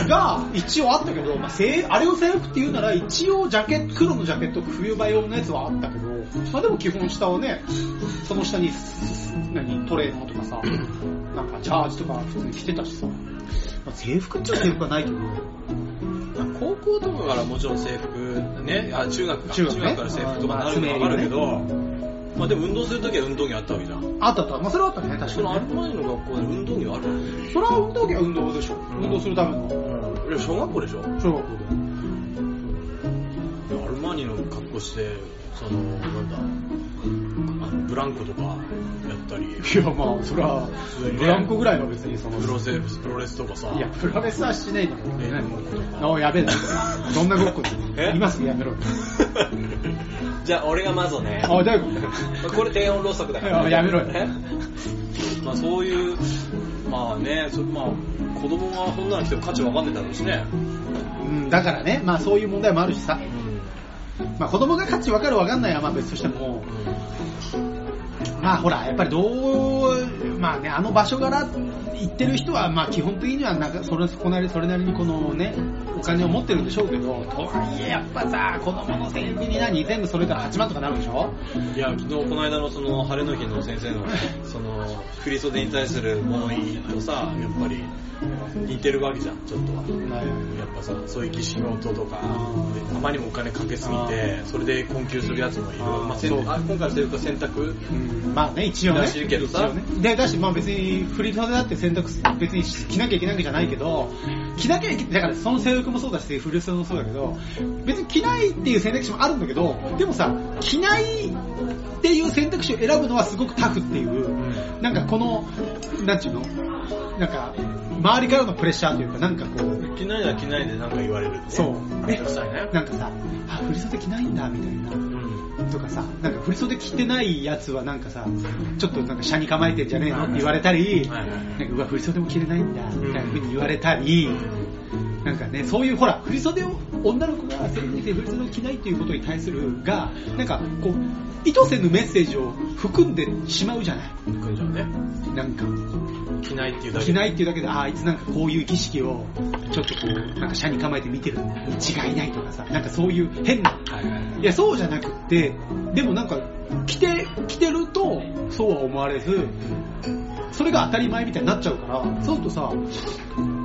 Speaker 3: ん。
Speaker 2: が一応あったけど、まあ、制あれを制服って言うなら一応ジャケット黒のジャケット冬場用のやつはあったけど、まあ、でも基本下はねその下に何トレーナーとかさなんかジャージとか普通に着てたしさ、まあ、制服っちゃ制服はないけど
Speaker 3: 高校とかからもちろん制服、ね、あ、中学か。
Speaker 2: 中学ね
Speaker 3: から制服とかなるのはわかるけど、まあでも運動するときは運動着あったわけじゃん。
Speaker 2: あったとは、まあ、それはあったね確
Speaker 3: その
Speaker 2: か
Speaker 3: アル
Speaker 2: にね
Speaker 3: マーニの学校で運動着はある
Speaker 2: それは運動着は運動でしょ
Speaker 3: ん
Speaker 2: 運動するための
Speaker 3: いや、小学校でしょ
Speaker 2: 小学校
Speaker 3: いやアルマーニの格好して、その、なんだ、あの、ブランコとかやったり、
Speaker 2: でいやまあそれは
Speaker 3: 通にね
Speaker 2: ブランコぐらいは別にその
Speaker 3: プロセプロレスとかさ、
Speaker 2: いや、 プロレスはしないんだけどね。
Speaker 3: え何
Speaker 2: おやべえな。どんなごっこ
Speaker 3: え
Speaker 2: で。今すぐやめろ。
Speaker 3: じゃあ、俺がまずね
Speaker 2: おい、どういうこ
Speaker 3: これ低温ろうそくだから、
Speaker 2: やめろよ
Speaker 3: ね まあ、そういう、まあね、そまあ、子供がこんなの来ても価値わかんねえだろうしね。
Speaker 2: とうん、だからね、まあそういう問題もあるしさ。まあ子供が価値分かる分かんないはまあ別としても、まあほら、やっぱりどう、まあね、あの場所柄行ってる人は、まあ基本的にはなんかそれそこなり、それなりにこのね、お金を持ってるんでしょうけど、とはいえやっぱさ、子供の1000円に何、全部それから8万とかなるでしょ
Speaker 3: いや、昨日この間のその晴れの日の先生の、その、振り袖に対する思いとさ、やっぱり似てるわけじゃん、ちょっとは。やっぱさ、そういう仕事とか、でたまにもお金かけすぎて、それで困窮するやつもいる。
Speaker 2: あー
Speaker 3: まあ、せん
Speaker 2: そう
Speaker 3: あ今回というか選択
Speaker 2: まあね、一応ね。
Speaker 3: らしいけどさ
Speaker 2: 一応ねで、だし、まあ別に、振り袖だって選択肢、別に着なきゃいけないわけじゃないけど、着なきゃいけない、だからその制服もそうだし、振り袖もそうだけど、別に着ないっていう選択肢もあるんだけど、でもさ、着ないっていう選択肢を選ぶのはすごくタフっていう、なんかこの、なんちゅうのなんか、周りからのプレッシャーというか、なんかこう、
Speaker 3: 着ないなら着ないでなんか言われるって、
Speaker 2: そう
Speaker 3: めんどくさいね。
Speaker 2: なんかさ、あ、振り袖着ないんだ、みたいな。
Speaker 3: うん。
Speaker 2: とかさ、なんか振り袖着てないやつはなんかさ、ちょっとなんか車に構えてんじゃねえのって言われたり、
Speaker 3: は
Speaker 2: ない
Speaker 3: はいはい
Speaker 2: んかうわ、振り袖も着れないんだ、みたいな風に言われたり、なんかね、そういうほら、振り袖を、女の子が成人して振り袖を着ないっていうことに対するが、なんかこう、意図せぬメッセージを含んでしまうじゃない。
Speaker 3: 組んじゃうね。
Speaker 2: なんか、
Speaker 3: 着ないっていうだけ
Speaker 2: 着ないっていうだけで、ああ、いつなんかこういう儀式を、ちょっとこう、なんか車に構えて見てるに違いないとかさ、なんかそういう変な
Speaker 3: はいはいはい
Speaker 2: いや、そうじゃなくって、でもなんか、着て、着てると、そうは思われず、それが当たり前みたいになっちゃうから、そうするとさ、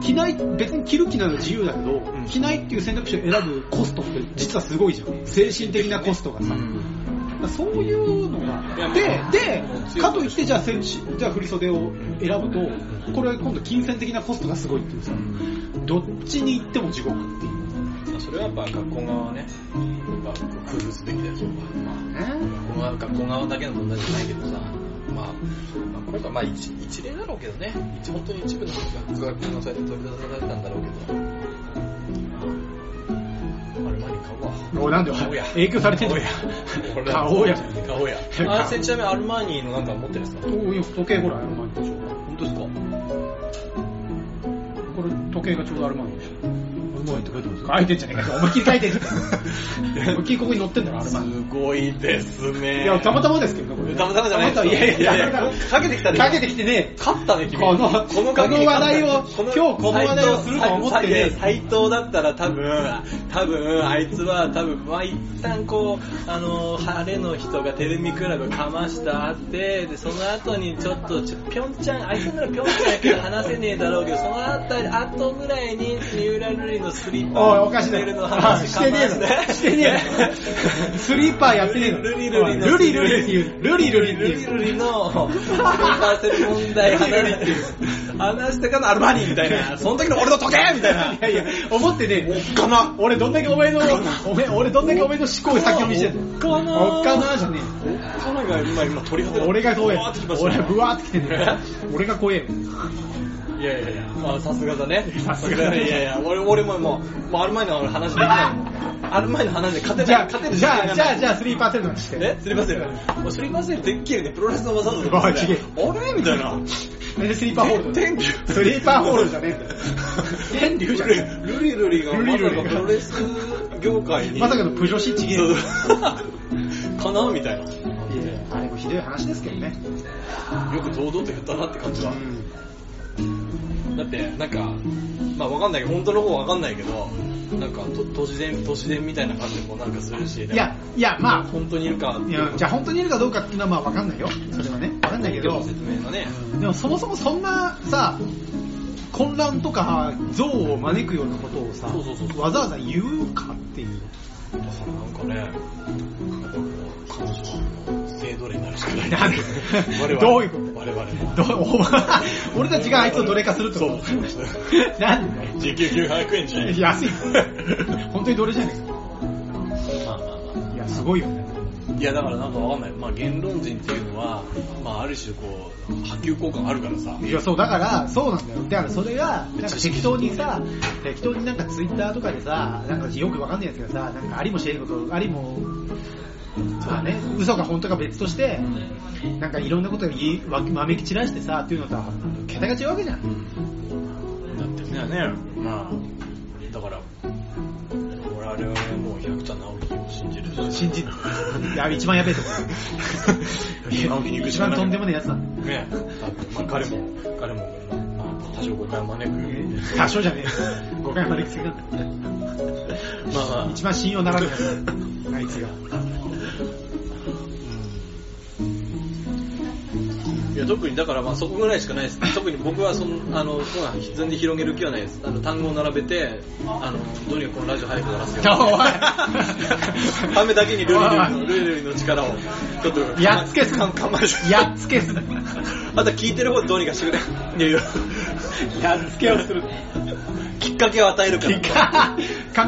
Speaker 2: 着ない、別に着る着ないは自由だけど、
Speaker 3: ん
Speaker 2: 着ないっていう選択肢を選ぶコストって実はすごいじゃん。精神的なコストがさ。そういうの
Speaker 3: い
Speaker 2: が。
Speaker 3: やもう
Speaker 2: で、
Speaker 3: もう強
Speaker 2: で、
Speaker 3: い
Speaker 2: かといってじゃあ、せじゃあ振り袖を選ぶと、これ今度金銭的なコストがすごいっていうさ、どっちに行っても地獄っていう。
Speaker 3: まあそれはやっぱ学校側はね、やっぱ工夫すべきだよ、そこは。まあ学校側学校側だけの問題じゃないけどさ、まあ、まあ、今回まあ一一例だろうけどね、一本当に一部の人が学校のサイトで取り出されたんだろうけど、まあ、あれ前に買うわ。
Speaker 2: おいなんで
Speaker 3: 買おうや
Speaker 2: 影響されてんじゃん
Speaker 3: 俺ら
Speaker 2: 買おうや
Speaker 3: 買おうや。
Speaker 2: 買おうや
Speaker 3: あ、せちなみにアルマーニのなんか持ってるんですか
Speaker 2: おい時計ほらアルマーニでしょ
Speaker 3: 本当ですか
Speaker 2: これ時計がちょうどアルマーニでしょアルマーニって書いてます書いてんじゃねえかよ思いっきり書いてんじゃねえかよ思いっきりここに載ってんだろアルマーニ
Speaker 3: すごいですね。
Speaker 2: いやたまたまですけどねこれね
Speaker 3: たまたまじゃない
Speaker 2: たまたまいやいやいや
Speaker 3: かけてきたでしょ
Speaker 2: かけてきてね
Speaker 3: 勝ったね、君。
Speaker 2: この
Speaker 3: 格好
Speaker 2: この話題を
Speaker 3: この
Speaker 2: 今日この話題をすると思ってね
Speaker 3: 斎藤だったら多分、多分、あいつは多分、まあ、一旦こう、あの、晴れの人がテレビクラブかましたって、で、その後にちょっと、ちょぴょんちゃん、あいつならぴょんちゃんやけど話せねえだろうけど、そのあたり、あとぐらいに、三浦瑠麗のスリッパ
Speaker 2: おい
Speaker 3: を
Speaker 2: おかしいだ
Speaker 3: 着てる
Speaker 2: ろ
Speaker 3: の話
Speaker 2: してねえ
Speaker 3: か
Speaker 2: の
Speaker 3: ま
Speaker 2: してねえのスリーパーやってねえの
Speaker 3: ルリルリの
Speaker 2: ルリルリっていうルリルリって
Speaker 3: ルリ
Speaker 2: いう
Speaker 3: ルリの、スーパーセル問題話話してからのアルバニーみたいな、その時の俺の時計みたいな。
Speaker 2: いやいや、思ってねえ。おっかな。俺どんだけお 前の、おめ俺どんだけお前の思考を先読みしてんの。
Speaker 3: おっかな
Speaker 2: おっかなじゃねえ。
Speaker 3: カナが今、今鳥肌
Speaker 2: 俺が怖え
Speaker 3: ブワーってきま。した
Speaker 2: 俺、ブワーって来てんだよ。俺が怖え。
Speaker 3: いやいやいや、まあさすがだね。
Speaker 2: さすがだね
Speaker 3: いやいや、俺俺ももう、もうアルマーニの話できないもん。アルマーニの話で勝て
Speaker 2: じ
Speaker 3: ない
Speaker 2: ゃあ、
Speaker 3: 勝てる
Speaker 2: じゃあ、じゃあ、
Speaker 3: あ、
Speaker 2: じゃあ、3%にして。
Speaker 3: ね、スリーパーセル。もうスリーパーセルてっきりね、プロレスの技だと思って
Speaker 2: あ違
Speaker 3: あれみたいな。
Speaker 2: なんでスリーパーホールド
Speaker 3: 天竜
Speaker 2: スリーパーホールドじゃねえんだよ。天竜じゃね
Speaker 3: ルリルリがま
Speaker 2: ル
Speaker 3: さ
Speaker 2: リ
Speaker 3: か
Speaker 2: ルリ
Speaker 3: プロレス業界
Speaker 2: え。
Speaker 3: に。
Speaker 2: まさかのプジョシッチゲーム。
Speaker 3: かなみたい
Speaker 2: い
Speaker 3: な。
Speaker 2: やあれもひどい話ですけどね。
Speaker 3: よく堂々と言ったなって感じは。だって、なんか、まあわかんないけど、本当の方わかんないけど、なんか、と都市伝、都市伝みたいな感じもなんかするし、
Speaker 2: いや、いや、ま
Speaker 3: 本当にいるかっ
Speaker 2: あ、
Speaker 3: て
Speaker 2: い
Speaker 3: いう
Speaker 2: や、じゃあ本当にいるかどうかっていうのはまあわかんないよ。それはね。わかんないけど。
Speaker 3: 説明がね。
Speaker 2: でもそもそもそんなさ、混乱とか憎悪を招くようなことをさ
Speaker 3: そうそうそう、そう
Speaker 2: わざわざ言うかっていう。
Speaker 3: だからなんかね、なんかもう彼女は性奴隷になるしかない。
Speaker 2: なんで
Speaker 3: 我々
Speaker 2: どういうこと
Speaker 3: 我々も。
Speaker 2: どうお前俺たちがあいつを奴隷化するってこと
Speaker 3: そうそうそう
Speaker 2: なんで
Speaker 3: 時給900円じゃん。
Speaker 2: 安い。本当に奴隷じゃないですか。
Speaker 3: まあまあま
Speaker 2: いや、すごいよね。
Speaker 3: あ。いやだからなんかわかんない。まあ言論人っていうのは、まあある種こう、波及効果があるからさ。
Speaker 2: いや、そう、だから、そうなんだよ。だから、それが、なんか適当にさ、適当になんかツイッターとかでさ、なんかよくわかんないやつがさ、なんかありもしれんこと、ありも、まあね、嘘か本当か別として、なんかいろんなことを言いわまめき散らしてさ、っていうのとは、桁が違うわけじゃん。
Speaker 3: だってね、ねまあ、だから、我々はもう百田直樹を信信じる。
Speaker 2: 信じ、やべ、一番やべえとこ。 一番とんでもねえやつだ。
Speaker 3: ねまあ、彼も、彼も、まあ、多少誤解を招く。
Speaker 2: 多少じゃねえ。誤解まできすぎだった。
Speaker 3: まあまあ、
Speaker 2: 一番信用ならぬやつだ。あいつが。
Speaker 3: いや特にだからまあそこぐらいしかないです 特に僕はそのあの、まあ、全然広げる気はないですあの単語を並べてあのどうにかこのラジオ早く鳴らすよ
Speaker 2: お い
Speaker 3: 雨だけにルリルリ
Speaker 2: お
Speaker 3: の
Speaker 2: い
Speaker 3: ルリルリの力をちょっと
Speaker 2: やっつけす
Speaker 3: かんかんまる
Speaker 2: やっつけす。
Speaker 3: あと聞いてる方どうにかしてくれいやいややっつけをするきっかけを与えるから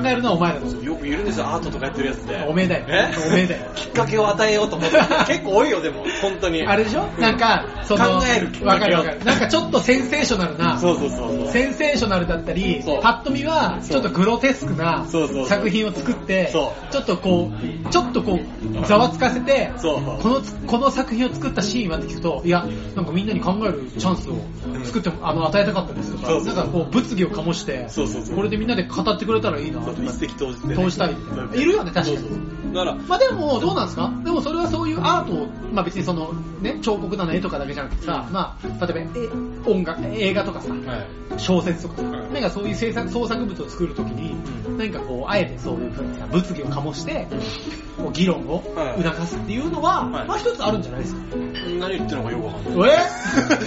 Speaker 2: 考えるのはお前だぞ。
Speaker 3: よくいるんですよアートとかやってるやつで
Speaker 2: おめえだよ
Speaker 3: え
Speaker 2: おめえだよ
Speaker 3: きっかけを与えようと 思って結構多いよでも本当に
Speaker 2: あれでしょなんか、その、
Speaker 3: 考えるきっかけを
Speaker 2: わかるわかる。なんかちょっとセンセーショナルな、
Speaker 3: そうそうそうそう
Speaker 2: センセーショナルだったり
Speaker 3: そ、う
Speaker 2: パッと見はちょっとグロテスクな
Speaker 3: そうそうそう
Speaker 2: 作品を作って、ち
Speaker 3: そ
Speaker 2: ょっとこう、ちょっとこう、ざわつかせて、
Speaker 3: そう
Speaker 2: このつこの作品を作ったシーンはって聞くと、いや、なんかみんなに考えるチャンスを作っても、あの、与えたかったですと
Speaker 3: そ
Speaker 2: か、
Speaker 3: うそ
Speaker 2: な
Speaker 3: うん
Speaker 2: かこう、物議を醸して、
Speaker 3: そうそうそう
Speaker 2: これでみんなで語ってくれたらいいな
Speaker 3: そ
Speaker 2: と
Speaker 3: う
Speaker 2: か
Speaker 3: 一石投じてね、
Speaker 2: 投じたりみたいないるよね確かに
Speaker 3: そうそうだから
Speaker 2: まあでも、どうなんですかでもそれはそういうアートを、まあ別にその、ね、彫刻なの絵とかだけじゃなくてさ、まあ、例えば、え音楽、映画とかさ、
Speaker 3: はい
Speaker 2: 小説とかさ、
Speaker 3: うん
Speaker 2: なんかそういう制作、創作物を作るときに、なんかこう、あえてそういうふうにさ、物議を醸して、こう議論を
Speaker 3: はい
Speaker 2: 促すっていうのは、
Speaker 3: はい
Speaker 2: まあ一つあるんじゃないですか。
Speaker 3: 何言ってるのかよく わかんない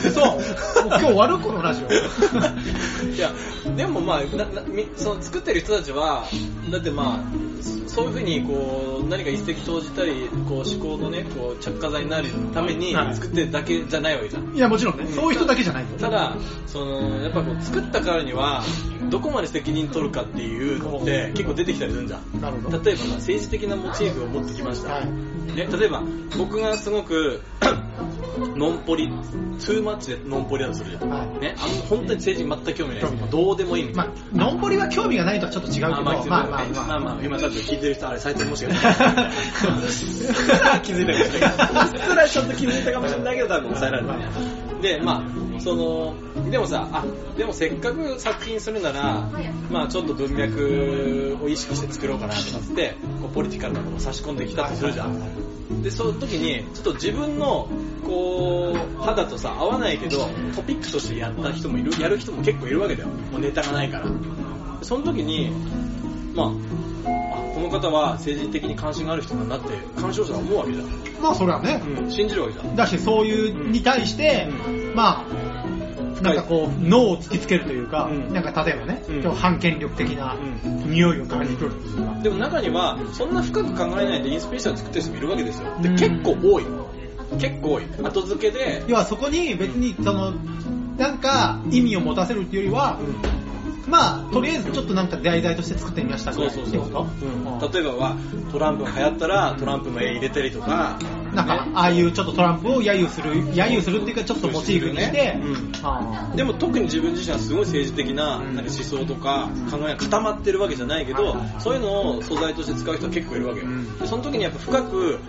Speaker 2: えそう。もう今日終わるこのラジオ。
Speaker 3: いや、でもまあ、ななみその作ってる人たちは、だってまあ、そそういうふうにこう、何か一石投じたり、こう思考のね、こう着火剤になるために
Speaker 2: はい
Speaker 3: 作ってるだけじゃないわけじゃん。
Speaker 2: いや、もちろんね、
Speaker 3: うん
Speaker 2: そういう人だけじゃないよ。
Speaker 3: ただ、その、やっぱこう作ったからには、どこまで責任取るかっていうのって結構出てきたりするんじゃん。
Speaker 2: なるほど。
Speaker 3: 例えばまあ政治的なモチーフを持ってきました、
Speaker 2: はい
Speaker 3: ね、例えば僕がすごく ノンポリトゥーマッチでノンポリだとするじゃん、
Speaker 2: はい
Speaker 3: ね、あの本当に政治に全く興味ないです
Speaker 2: 興味ない
Speaker 3: どうでもいいみた
Speaker 2: ま
Speaker 3: いな、
Speaker 2: あ、ノンポリは興味がないとはちょっと違うけど、
Speaker 3: あまあ、まあまあまあ、まあ今だって聞いてる人あれ斉藤も しかしたら 気づいたかもしれない。うっすらちょっと気づいたかもしれないけど多分抑えられたね。で、まあ、その、でもさ、あ、でもせっかく作品するなら、まあちょっと文脈を意識して作ろうかなとかっつって、こうポリティカルなものを差し込んできたとするじゃん。で、その時に、ちょっと自分の、こう、肌とさ、合わないけど、トピックとしてやった人もいる、やる人も結構いるわけだよ。もうネタがないから。その時に、まあ、あこの方は政治的に関心がある人なんだって、鑑賞者は思うわけじゃん。
Speaker 2: まあそれはね、
Speaker 3: うん、信じるわけじゃん。
Speaker 2: だしそういうに対して、まあなんかこう脳を突きつけるというか、
Speaker 3: うん
Speaker 2: なんか例えばね、
Speaker 3: うん
Speaker 2: 今日反権力的な
Speaker 3: う
Speaker 2: 匂いを感じ取るというか、
Speaker 3: でも中には、そんな深く考えないでインスピレーション作ってる人もいるわけですよ。で、
Speaker 2: うん
Speaker 3: 結構多い。結構多い。後付けで、
Speaker 2: 要はそこに別にそのなんか意味を持たせるっていうよりは、まあとりあえずちょっとなんか題材として作ってみましたぐ
Speaker 3: そ
Speaker 2: ら
Speaker 3: う
Speaker 2: いって
Speaker 3: そう
Speaker 2: こと
Speaker 3: そううん。例えばは、トランプが流行ったら、トランプの絵入れたりとか、
Speaker 2: なんか、ああいうちょっとトランプを揶揄する、揶揄するっていうかちょっとモチーフにして、
Speaker 3: ねうん
Speaker 2: あ
Speaker 3: でも特に自分自身はすごい政治的な
Speaker 2: うん
Speaker 3: なんか思想とか考えが固まってるわけじゃないけど、そういうのを素材として使う人は結構いるわけよ。
Speaker 2: ん
Speaker 3: でその時にやっぱ深く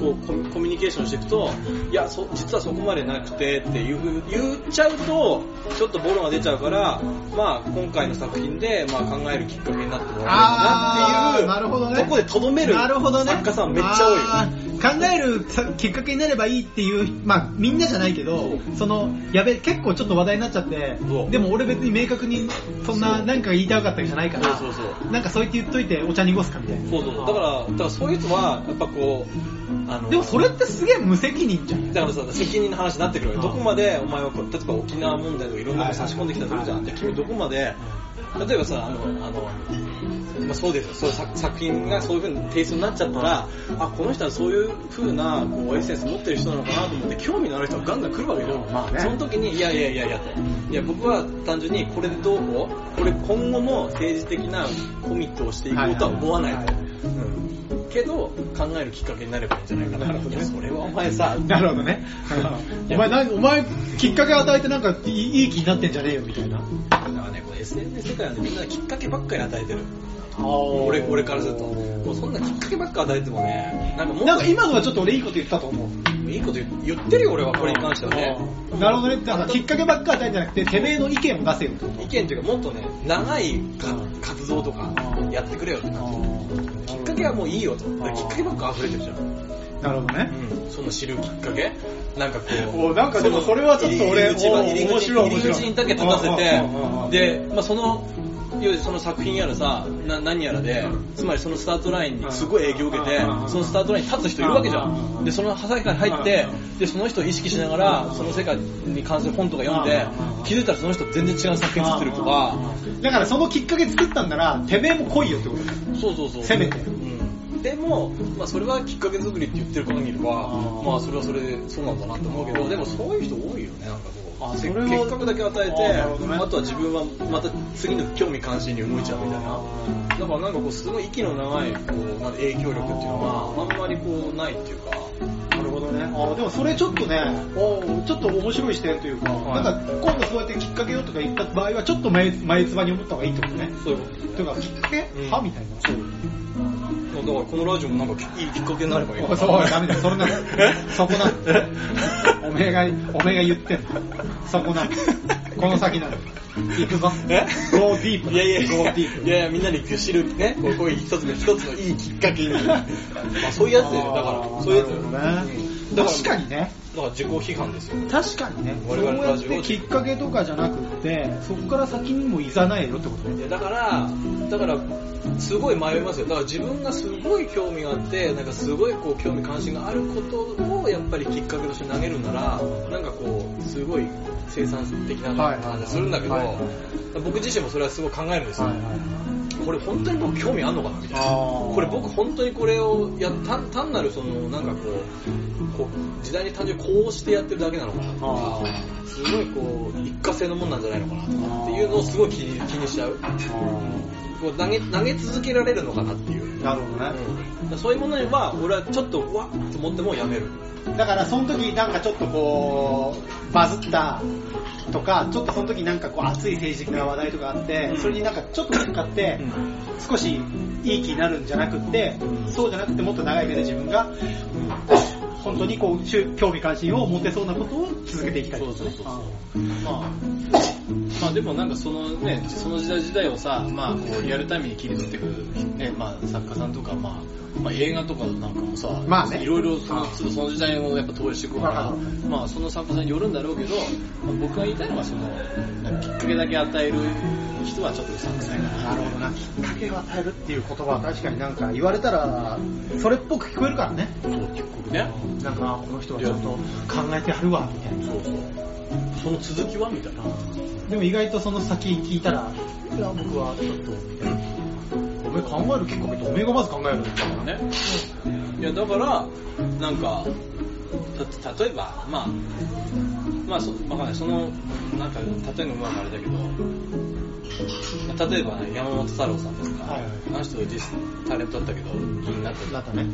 Speaker 3: こうコミコミュニケーションしていくと、いや、そ実はそこまでなくてっていうふう言っちゃうと、ちょっとボロが出ちゃうから、まあ今回の作品でまあ考えるきっかけになってもらえ
Speaker 2: あーなる
Speaker 3: たらなっていう、
Speaker 2: ほどね
Speaker 3: そこでとどめる
Speaker 2: なるほどね。
Speaker 3: 作家さんめっちゃ多いよ。
Speaker 2: あー考えるさきっかけになればいいっていう、まあみんなじゃないけど、その、やべ、結構ちょっと話題になっちゃって
Speaker 3: そ、う
Speaker 2: でも俺別に明確にそんななんか言いたかったわけじゃないから、
Speaker 3: そうそうそう
Speaker 2: なんかそう言って言っといてお茶濁すかみたいな。
Speaker 3: そうそうだから、だからそういう人は、やっぱこう、あの
Speaker 2: でもそれってすげえ無責任じゃん。
Speaker 3: だからさ、責任の話になってくるわけ。どこまでお前はこう、例えば沖縄問題とかいろんなこと差し込んできたとするじゃん。で、君どこまで、例えばさ、あの、あの、まあ、そうですよ。そういう作作品がそういう風にテイストになっちゃったら、あ、この人はそういう風な、こう、エッセンス持ってる人なのかなと思って、興味のある人はガンガン来るわけよ。
Speaker 2: まあね
Speaker 3: その時に、いやいやいやいやと。いや、僕は単純にこれでどうこうこれ今後も政治的なコミットをしていこうとは思わないと。うんけど、考えるきっかけになればいいんじゃないかな。
Speaker 2: なるほどね
Speaker 3: いやそれはお前さ、
Speaker 2: なるほど ね。お前、なお前、きっかけ与えてなんかいいいい気になってんじゃねえよみたいな。
Speaker 3: だからはね、この SNS 世界はね、みんなきっかけばっかり与えてる。
Speaker 2: あー
Speaker 3: 俺、俺からすると。もうそんなきっかけばっか与えてもね、なんかもっ
Speaker 2: なんか今のはちょっと俺いいこと言ったと思う。
Speaker 3: といいこと言言ってるよ、俺は、これに関してはね。
Speaker 2: あー。なるほどね。だからきっかけばっかり与えてなくて、てめえの意見を出せよと。
Speaker 3: 意見というか、もっとね、長いか活動とかやってくれよとか。きっかけはもういいよと。だからきっかけばっか溢れてるじゃん。
Speaker 2: なるほどね。
Speaker 3: うん、その知るきっかけなんかこう。
Speaker 2: おなんかでもそれはちょっと俺
Speaker 3: 入り口は
Speaker 2: お
Speaker 3: 入り口
Speaker 2: 面白い
Speaker 3: 入り口にだけ立たせ
Speaker 2: 面白いうんうんうんうん
Speaker 3: て、で、まあその、要はその作品やらさ、な何やらで、つまりそのスタートラインにすごい影響を受けて
Speaker 2: うんうんう、ん
Speaker 3: そのスタートラインに立つ人いるわけじゃ。
Speaker 2: うんうんうんん
Speaker 3: で、その世界に入って
Speaker 2: うんう、
Speaker 3: で、その人を意識しながら、その世界に関する本とか読んで
Speaker 2: うんうんうん、
Speaker 3: 気づいたらその人全然違う作品作ってるとか、
Speaker 2: だからそのきっかけ作ったんなら、てめえも来いよってことだよ
Speaker 3: そうそうそう。
Speaker 2: せめて
Speaker 3: うん。でも、まあそれはきっかけ作りって言ってる限り
Speaker 2: あ
Speaker 3: は、
Speaker 2: ー
Speaker 3: まあそれはそれでそうなんだなって思うけど、でもそういう人多いよね、なんかこ
Speaker 2: あ
Speaker 3: う。せ
Speaker 2: それは
Speaker 3: 結果だけ与え
Speaker 2: あーなるほ
Speaker 3: て、
Speaker 2: どね
Speaker 3: あとは自分はまた次の興味関心に動いちゃうみたいな。だからなんかこう、すごい息の長いこうなんか影響力っていうのは、あんまりこう、ないっていうか。
Speaker 2: なるほどね。あでもそれちょっとね、おーちょっと面白い視点というか、
Speaker 3: はい
Speaker 2: なんか今度そうやってきっかけよとか言った場合は、ちょっと前前つばに思った方がいいってことね。
Speaker 3: そういうこと
Speaker 2: というか、きっかけ、
Speaker 3: うん
Speaker 2: はみたいな。
Speaker 3: だからこのラジオもなんかいいきっかけになればいい
Speaker 2: おい そうおいダメだよそれな のそこなのおめえが、おめえが言ってんの。そこなの。この先なの。行くぞ。
Speaker 3: え
Speaker 2: ?Go deep.
Speaker 3: いやいや
Speaker 2: Go
Speaker 3: い
Speaker 2: deep.
Speaker 3: や、いやいやみんなに知るね、こうこういう一つの一つのいいきっかけに。まあそういうやつだよ、だ
Speaker 2: あ
Speaker 3: から、
Speaker 2: ー
Speaker 3: そういうやつだよ。
Speaker 2: なるほどね
Speaker 3: うんだら
Speaker 2: 確かにね。
Speaker 3: だから自己批判ですよ。
Speaker 2: 確かにね。そう
Speaker 3: 我々の
Speaker 2: や
Speaker 3: ラ
Speaker 2: っ
Speaker 3: ジオ
Speaker 2: てきっかけとかじゃなくって、そこから先にもいざないよってことね。
Speaker 3: でだから、だから、すごい迷いますよ。だから自分がすごい興味があって、なんかすごいこう興味関心があることをやっぱりきっかけとして投げるなら、なんかこう、すごい生産的な
Speaker 2: はい
Speaker 3: 感じがするんだけど
Speaker 2: はいはい、
Speaker 3: 僕自身もそれはすごい考えるんですよ。
Speaker 2: い。
Speaker 3: これ本当に僕興味あんのかなみたいな。
Speaker 2: あ
Speaker 3: これ僕本当にこれをや単単なるそのなんかこうこう時代に単純にこうしてやってるだけなのかなとか
Speaker 2: あ
Speaker 3: すごいこう一過性のもんなんじゃないのかなとか
Speaker 2: あ
Speaker 3: っていうのをすごい気に気にしちゃう
Speaker 2: あ
Speaker 3: こう投げ投げ続けられるのかなっていう、
Speaker 2: ーなるほどね。
Speaker 3: うんそういうものには俺はちょっとうわっと思ってもうやめる
Speaker 2: だからその時なんかちょっとこう、バズったとか、ちょっとその時なんかこう熱い政治的な話題とかあって、それになんかちょっと乗っかって、少しいい気になるんじゃなくって、そうじゃなくてもっと長い目で自分が、本当にこう、しゅ興味関心を持てそうなことを続けていきたい。
Speaker 3: そうそうそうそう
Speaker 2: あ
Speaker 4: まあでもなんかそのね、その時代時代をさ、まあこうリアルタイムに切り取ってくる、ね、まあ作家さんとか、まあ、まあ映画とかなんかもさ、
Speaker 2: まあね
Speaker 4: いろいろその
Speaker 2: あ
Speaker 4: その時代をやっぱ投影していくから、
Speaker 2: わか
Speaker 4: まあその作家さんによるんだろうけど、まあ僕が言いたいのはその、なんかきっかけだけ与える人はちょっとうさんくさいか
Speaker 2: あ
Speaker 4: な。
Speaker 2: なるほどな。きっかけを与えるっていう言葉は確かになんか言われたら、それっぽく聞こえるからね。
Speaker 3: ね
Speaker 2: なんか、あこの人はちゃんと考えてはるわ、みたいな。
Speaker 3: そうそうその続きはみたいな
Speaker 2: でも意外とその先聞いたら、いや、僕はちょっと、みたいな。おめえ考えるきっかけって、おめえがまず考えるんだからね。
Speaker 3: ね。いや、だから、なんか、た、例えば、まあ、まあ、そ、わかんない。その、なんか、例えのまああれだけど、まあ例えば、ね、山本太郎さんですか、
Speaker 2: はいはい
Speaker 3: あの人実際タレントだったけど、気になって
Speaker 2: だったね。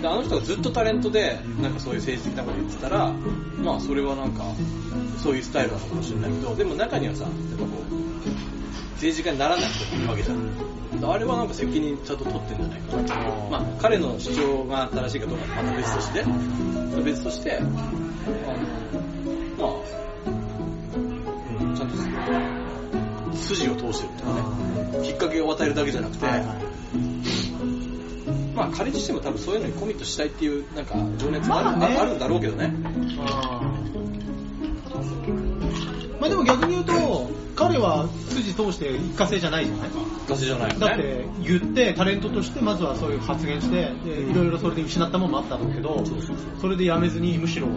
Speaker 3: であの人がずっとタレントで、なんかそういう政治的なこと言ってたら、まあそれはなんか、そういうスタイルなのかもしれないけど、でも中にはさ、やっぱこう、政治家にならない人もいるわけじゃん。あれはなんか責任ちゃんと取ってんじゃないかな。まあ彼の主張が正しいかどうかはまた別として、別として、あの、まあ、うんちゃんと筋を通してるとかね、きっかけを与えるだけじゃなくて、まあ彼自身も多分そういうのにコミットしたいっていうなんか情熱がある,、
Speaker 2: まあね
Speaker 3: あるんだろうけどね。
Speaker 2: まあでも逆に言うと、彼は筋通して一過性じゃないじゃない
Speaker 3: ガセじゃないよね。
Speaker 2: だって言って、タレントとしてまずはそういう発言して、でいろいろそれで失ったもんもあったんだけど、それでやめずに、むしろ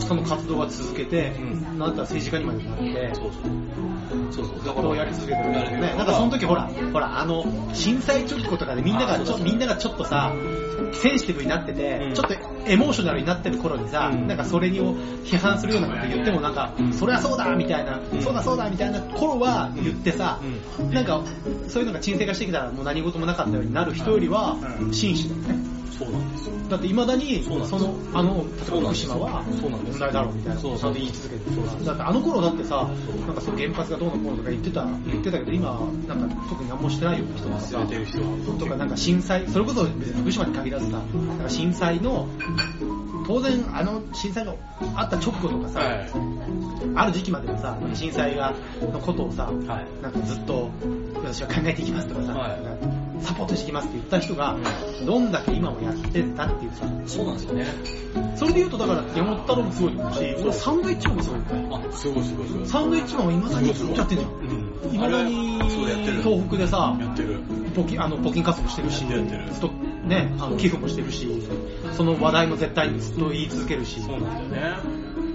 Speaker 2: その活動は続けて、
Speaker 3: う
Speaker 2: なんたら政治家にまでなって、
Speaker 3: そうそう。そうそう。だ
Speaker 2: こうやり続けてる
Speaker 3: や
Speaker 2: から
Speaker 3: り続
Speaker 2: ね
Speaker 3: けてる
Speaker 2: なんかその時ほら、ほら、あの、震災直後とかでみんな
Speaker 3: あ
Speaker 2: が
Speaker 3: そう
Speaker 2: ち
Speaker 3: そう
Speaker 2: ょ、みんながちょっとさ、センシティブになってて、
Speaker 3: うん
Speaker 2: ちょっとエモーショナルになってる頃にさ、
Speaker 3: うん
Speaker 2: なんかそれにを批判するようなこと言ってもなんか、それはそうだみたいな、
Speaker 3: ん
Speaker 2: そうだそうだみたいな頃は言ってさ、
Speaker 3: う
Speaker 2: なんか、そういうのが沈静化してきたらもう何事もなかったようになる人よりは、
Speaker 3: う
Speaker 2: 紳士だよね。
Speaker 3: そうなんですよ。
Speaker 2: だっていまだに、
Speaker 3: そうなんです
Speaker 2: その、あの、例えば
Speaker 3: そうな
Speaker 2: 福
Speaker 3: んです
Speaker 2: 島は、
Speaker 3: そうなんです
Speaker 2: 問題だろうみたいなことをちゃんと言い続けてるだってあの頃だってさ、なんかその原発がどうのこうのとか言ってた、言ってたけど、今、なんか特に何もしてないような人がさ
Speaker 3: 忘れてる人は。
Speaker 2: とかなんか震災、それこそ別に福島に限らずさ、なんか震災の、当然あの震災のあった直後とかさ、
Speaker 3: はい。
Speaker 2: ある時期までのさ、震災が、のことをさ、
Speaker 3: はい
Speaker 2: なんかずっと私は考えていきますとかさ、
Speaker 3: はい
Speaker 2: なんかサポートしていきますって言った人が、どんだけ今もやってんだっていうさ、
Speaker 3: そうなんですよね。
Speaker 2: それで言うとだから山本太郎もすごいと思うし、俺サンドイッチマンもすごいと思う。
Speaker 3: あ、すごいすごいすごい。
Speaker 2: サンドイッチマンはいまだにずっとやってんじゃん。
Speaker 3: うん
Speaker 2: いまだに
Speaker 3: あれそうやってる。
Speaker 2: 東北でさ、
Speaker 3: やってる。
Speaker 2: 募金、あの、募金活動もしてるし、
Speaker 3: やってるやってる
Speaker 2: ずっとね、あの寄付もしてるし、その話題も絶対にずっと言い続けるし、
Speaker 3: そうなんだよね。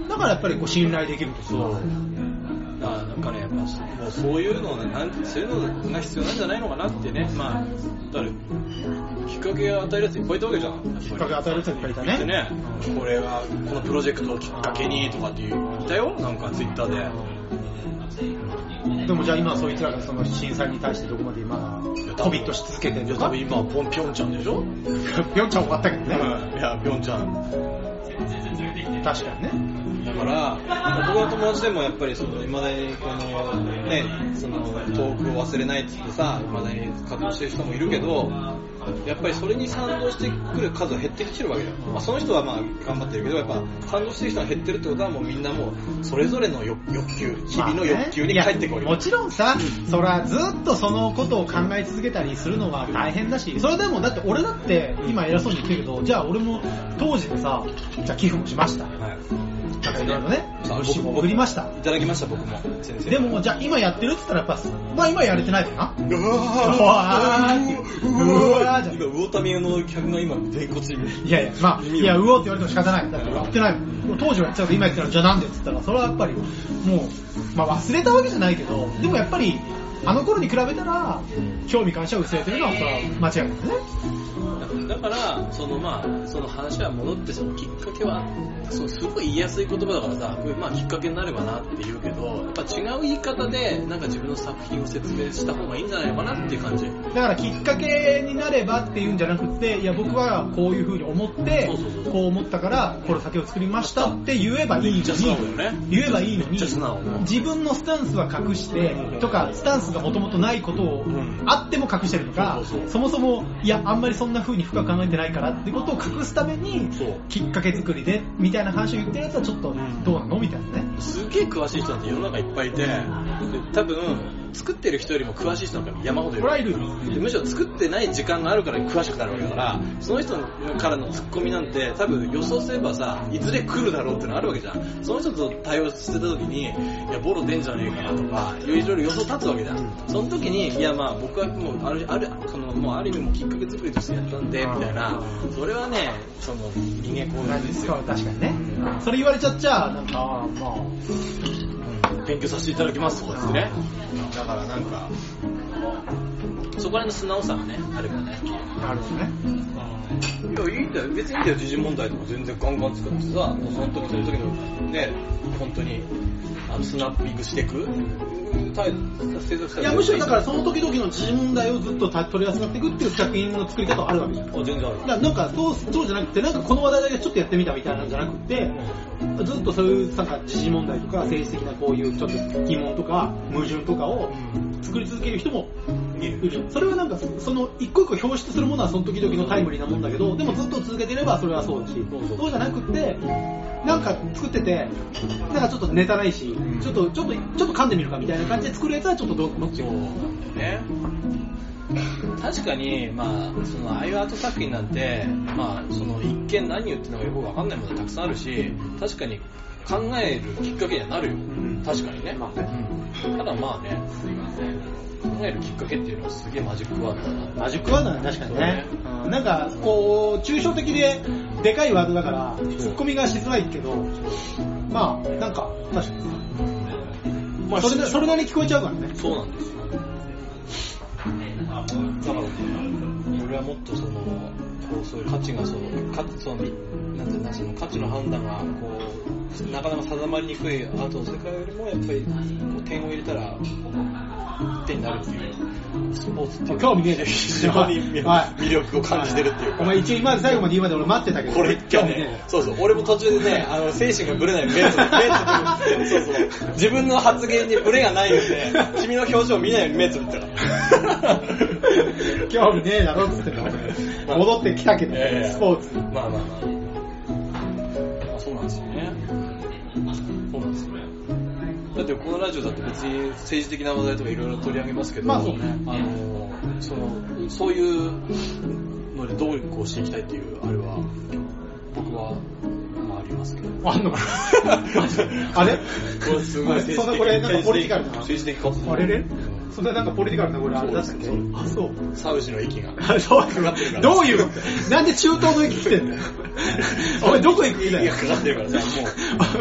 Speaker 2: だからやっぱりこう信頼できるとさ、
Speaker 3: だからなんかね、やっぱもうそういうのをねなんて、そういうのが必要なんじゃないのかなってね、まあ、だからきっかけを与えるやついっぱいいたわけじゃん。
Speaker 2: きっかけ与えるやついっぱいいたね
Speaker 3: でね、これが、このプロジェクトをきっかけにとかっていう、いたよ、なんかツイッターで。
Speaker 2: でもじゃあ今はそいつらがその震災に対してどこまで今、コビットし続けてる
Speaker 3: いや、
Speaker 2: の
Speaker 3: 多
Speaker 2: か
Speaker 3: 分。今、ポンピョンちゃんでしょ
Speaker 2: ぴょんちゃん終わったけど
Speaker 3: い
Speaker 2: ね。
Speaker 3: や、ピョンちゃん。
Speaker 2: 確かにね。
Speaker 3: だから、僕の友達でもやっぱり、その、未だに、この、ね、その、遠くを忘れないって言ってさ、未だに活動してる人もいるけど、やっぱりそれに賛同してくる数は減ってきてるわけだよ。まあ、その人はまあ、頑張ってるけど、やっぱ、賛同してる人が減ってるってことはもうみんなもう、それぞれの欲欲求、日々の欲求に
Speaker 2: まあ
Speaker 3: 帰
Speaker 2: ね
Speaker 3: ってこ
Speaker 2: い
Speaker 3: い
Speaker 2: やもちろんさ、そらずっとそのことを考え続けたりするのは大変だし、それでもだって俺だって今偉そうに言ってるけど、じゃあ俺も当時でさ、じゃあ寄付もしました。
Speaker 3: はい。
Speaker 2: なんかいろいろね、物資
Speaker 3: 僕
Speaker 2: も
Speaker 3: も
Speaker 2: 送りました。
Speaker 3: いただきました、僕も。先生。
Speaker 2: でも、じゃあ今やってるって言ったらやっぱ、まあ今やれてないかな。
Speaker 3: うわ
Speaker 2: うわーうわー
Speaker 3: 今、ウォータミヤの客が今、全骨に。
Speaker 2: いやいや、まあ、いや、うおうって言われても仕方ない。だってやってないもん。当時はやってたけど、今やってたら、じゃあなんでって言ったら、それはやっぱり、もう、まあ忘れたわけじゃないけど、でもやっぱり、あの頃に比べたら、興味関心は薄れてるのは、それは間違いないですね。
Speaker 3: だから、そのまあ、その話は戻って、そのきっかけは、そうすごい言いやすい言葉だからさ、これまあきっかけになればなって言うけど、やっぱ違う言い方で、なんか自分の作品を説明した方がいいんじゃないのかなっていう感じ。
Speaker 2: だからきっかけになればっていうんじゃなくて、いや僕はこういう風に思って
Speaker 3: そうそうそう、そう
Speaker 2: こう思ったから、この酒を作りましたって言えばいい
Speaker 3: じゃ
Speaker 2: の
Speaker 3: あ素直
Speaker 2: に、
Speaker 3: だよね。
Speaker 2: 言えばいいの
Speaker 3: め
Speaker 2: に
Speaker 3: っちゃ素直。、
Speaker 2: 自分のスタンスは隠して、とか、スタンスがもともとないことを
Speaker 3: ん、
Speaker 2: あっても隠してるとか、
Speaker 3: そうそうそう
Speaker 2: そもそも、いや、あんまりそんな風に深く考えてないからってことを隠すために
Speaker 3: そう、
Speaker 2: きっかけ作りで、みたいな話を言ってるやつはちょっと
Speaker 3: ん、
Speaker 2: どうなのみたいなね。
Speaker 3: すげえ詳しい人なんて世の中いっぱいいて、で多分、作ってる人よりも詳しい人なんか山ほどい
Speaker 2: これ
Speaker 3: る。
Speaker 2: はいる。
Speaker 3: むしろ作ってない時間があるから詳しくなるわけだから、その人からのツッコミなんて多分予想すればさ、いずれ来るだろうってのあるわけじゃん。その人と対応してた時に、いや、ボロ出んじゃねえかなとか、いろいろ予想立つわけじゃん。その時に、いやまあ僕はもうある、ある、その、もうある意味もうきっかけ作りとしてやったんで、みたいな、それはね、その、人間こうなんですよ。
Speaker 2: 確かにね。それ言われちゃっちゃ、なんか、あーまあ、
Speaker 3: 勉強させていただきますとかですね。だからなんか、そこら辺の素直さがね、あればね。
Speaker 2: なるほどね。
Speaker 3: いや、いいんだよ。別にいいんだよ。時事問題とか全然ガンガン作ってさ、もうその時その時の、ね、本当に、あの、スナッピングしていく態度制作した
Speaker 2: いや、むしろだからその時々の時事問題をずっと取り扱っていくっていう作品の作り方はあるわけじゃん。
Speaker 3: あ、全然ある
Speaker 2: だ。からなんかそうそうじゃなくて、なんかこの話題だけちょっとやってみたみたいなんじゃなくて、ずっとそういうなんか時事問題とか政治的なこういうちょっと疑問とか矛盾とかを作り続ける人もいる。それはなんかその一個一個表出するものはその時々のタイムリーなもんだけど、でもずっと続けてればそれはそうだし、そうじゃなくて、なんか作ってて、なんかちょっとネタないし、ちょっと、ちょっと、ちょっと噛んでみるかみたいな感じで作るやつはちょっとどうどっち
Speaker 3: そう
Speaker 2: も。
Speaker 3: なんだよね。確かに、まあ、その、ああいうアート作品なんて、まあ、その、一見何言ってるのかよくわかんないものたくさんあるし、確かに考えるきっかけにはなるよ。確かにね。うんただまあね、考えるきっかけっていうのはすげえマジックワードだな。
Speaker 2: マジックワードは確かにね
Speaker 3: そう。
Speaker 2: うんなんか、こう、抽象的で、でかいワードだから、ツッコミがしづらいけど、まあ、なんか、確かに。まあ、それなそれなりに聞こえちゃうからね。
Speaker 3: そうなんですよ。だから、俺はもっとその、こうそういう価値がその、かその、なんていうの、その価値の判断が、こう、なかなか定まりにくいアートの世界よりも、やっぱり、こう点を入れたら、ってなるっていう。スポーツっていう
Speaker 2: 興味ねえで
Speaker 3: 非常に魅
Speaker 2: はい
Speaker 3: 魅力を感じてるっていう
Speaker 2: お
Speaker 3: か。
Speaker 2: 前一応今まで最後まで言うまで俺待ってたけど。
Speaker 3: これ一回
Speaker 2: 興味ね
Speaker 3: ね、そうそう、俺も途中でね、あの、精神がブレないようにベンツ、ベンツそうそう、自分の発言にブレがないようにね、君の表情を見ないように目つぶってたから。
Speaker 2: え 興味ねえだろっつってた
Speaker 3: まあ
Speaker 2: 戻ってきたけど、
Speaker 3: いやいやいや
Speaker 2: スポーツ。
Speaker 3: まあまあまあ。まあそうなんですよね。そうなんですよね。だってこのラジオだって別に政治的な話題とかいろいろ取り上げますけど、
Speaker 2: まあそうね
Speaker 3: あのそのそういうのでどうこうしていきたいっていうあれは僕は、まあ、ありますけど。
Speaker 2: あんのか な あれ
Speaker 3: これすごい政治的
Speaker 2: そんなこれなんかポリティカルな
Speaker 3: 政治的か
Speaker 2: あれれそんななんかポリティカルなこれあれだったっけ
Speaker 3: そうです
Speaker 2: あ、そう。
Speaker 3: サウジの息が。
Speaker 2: そう
Speaker 3: かかってるから
Speaker 2: どういう、なんで中東の駅来てんだよ。お前どこ行く気だ
Speaker 3: 息が
Speaker 2: よ。
Speaker 3: かかってるから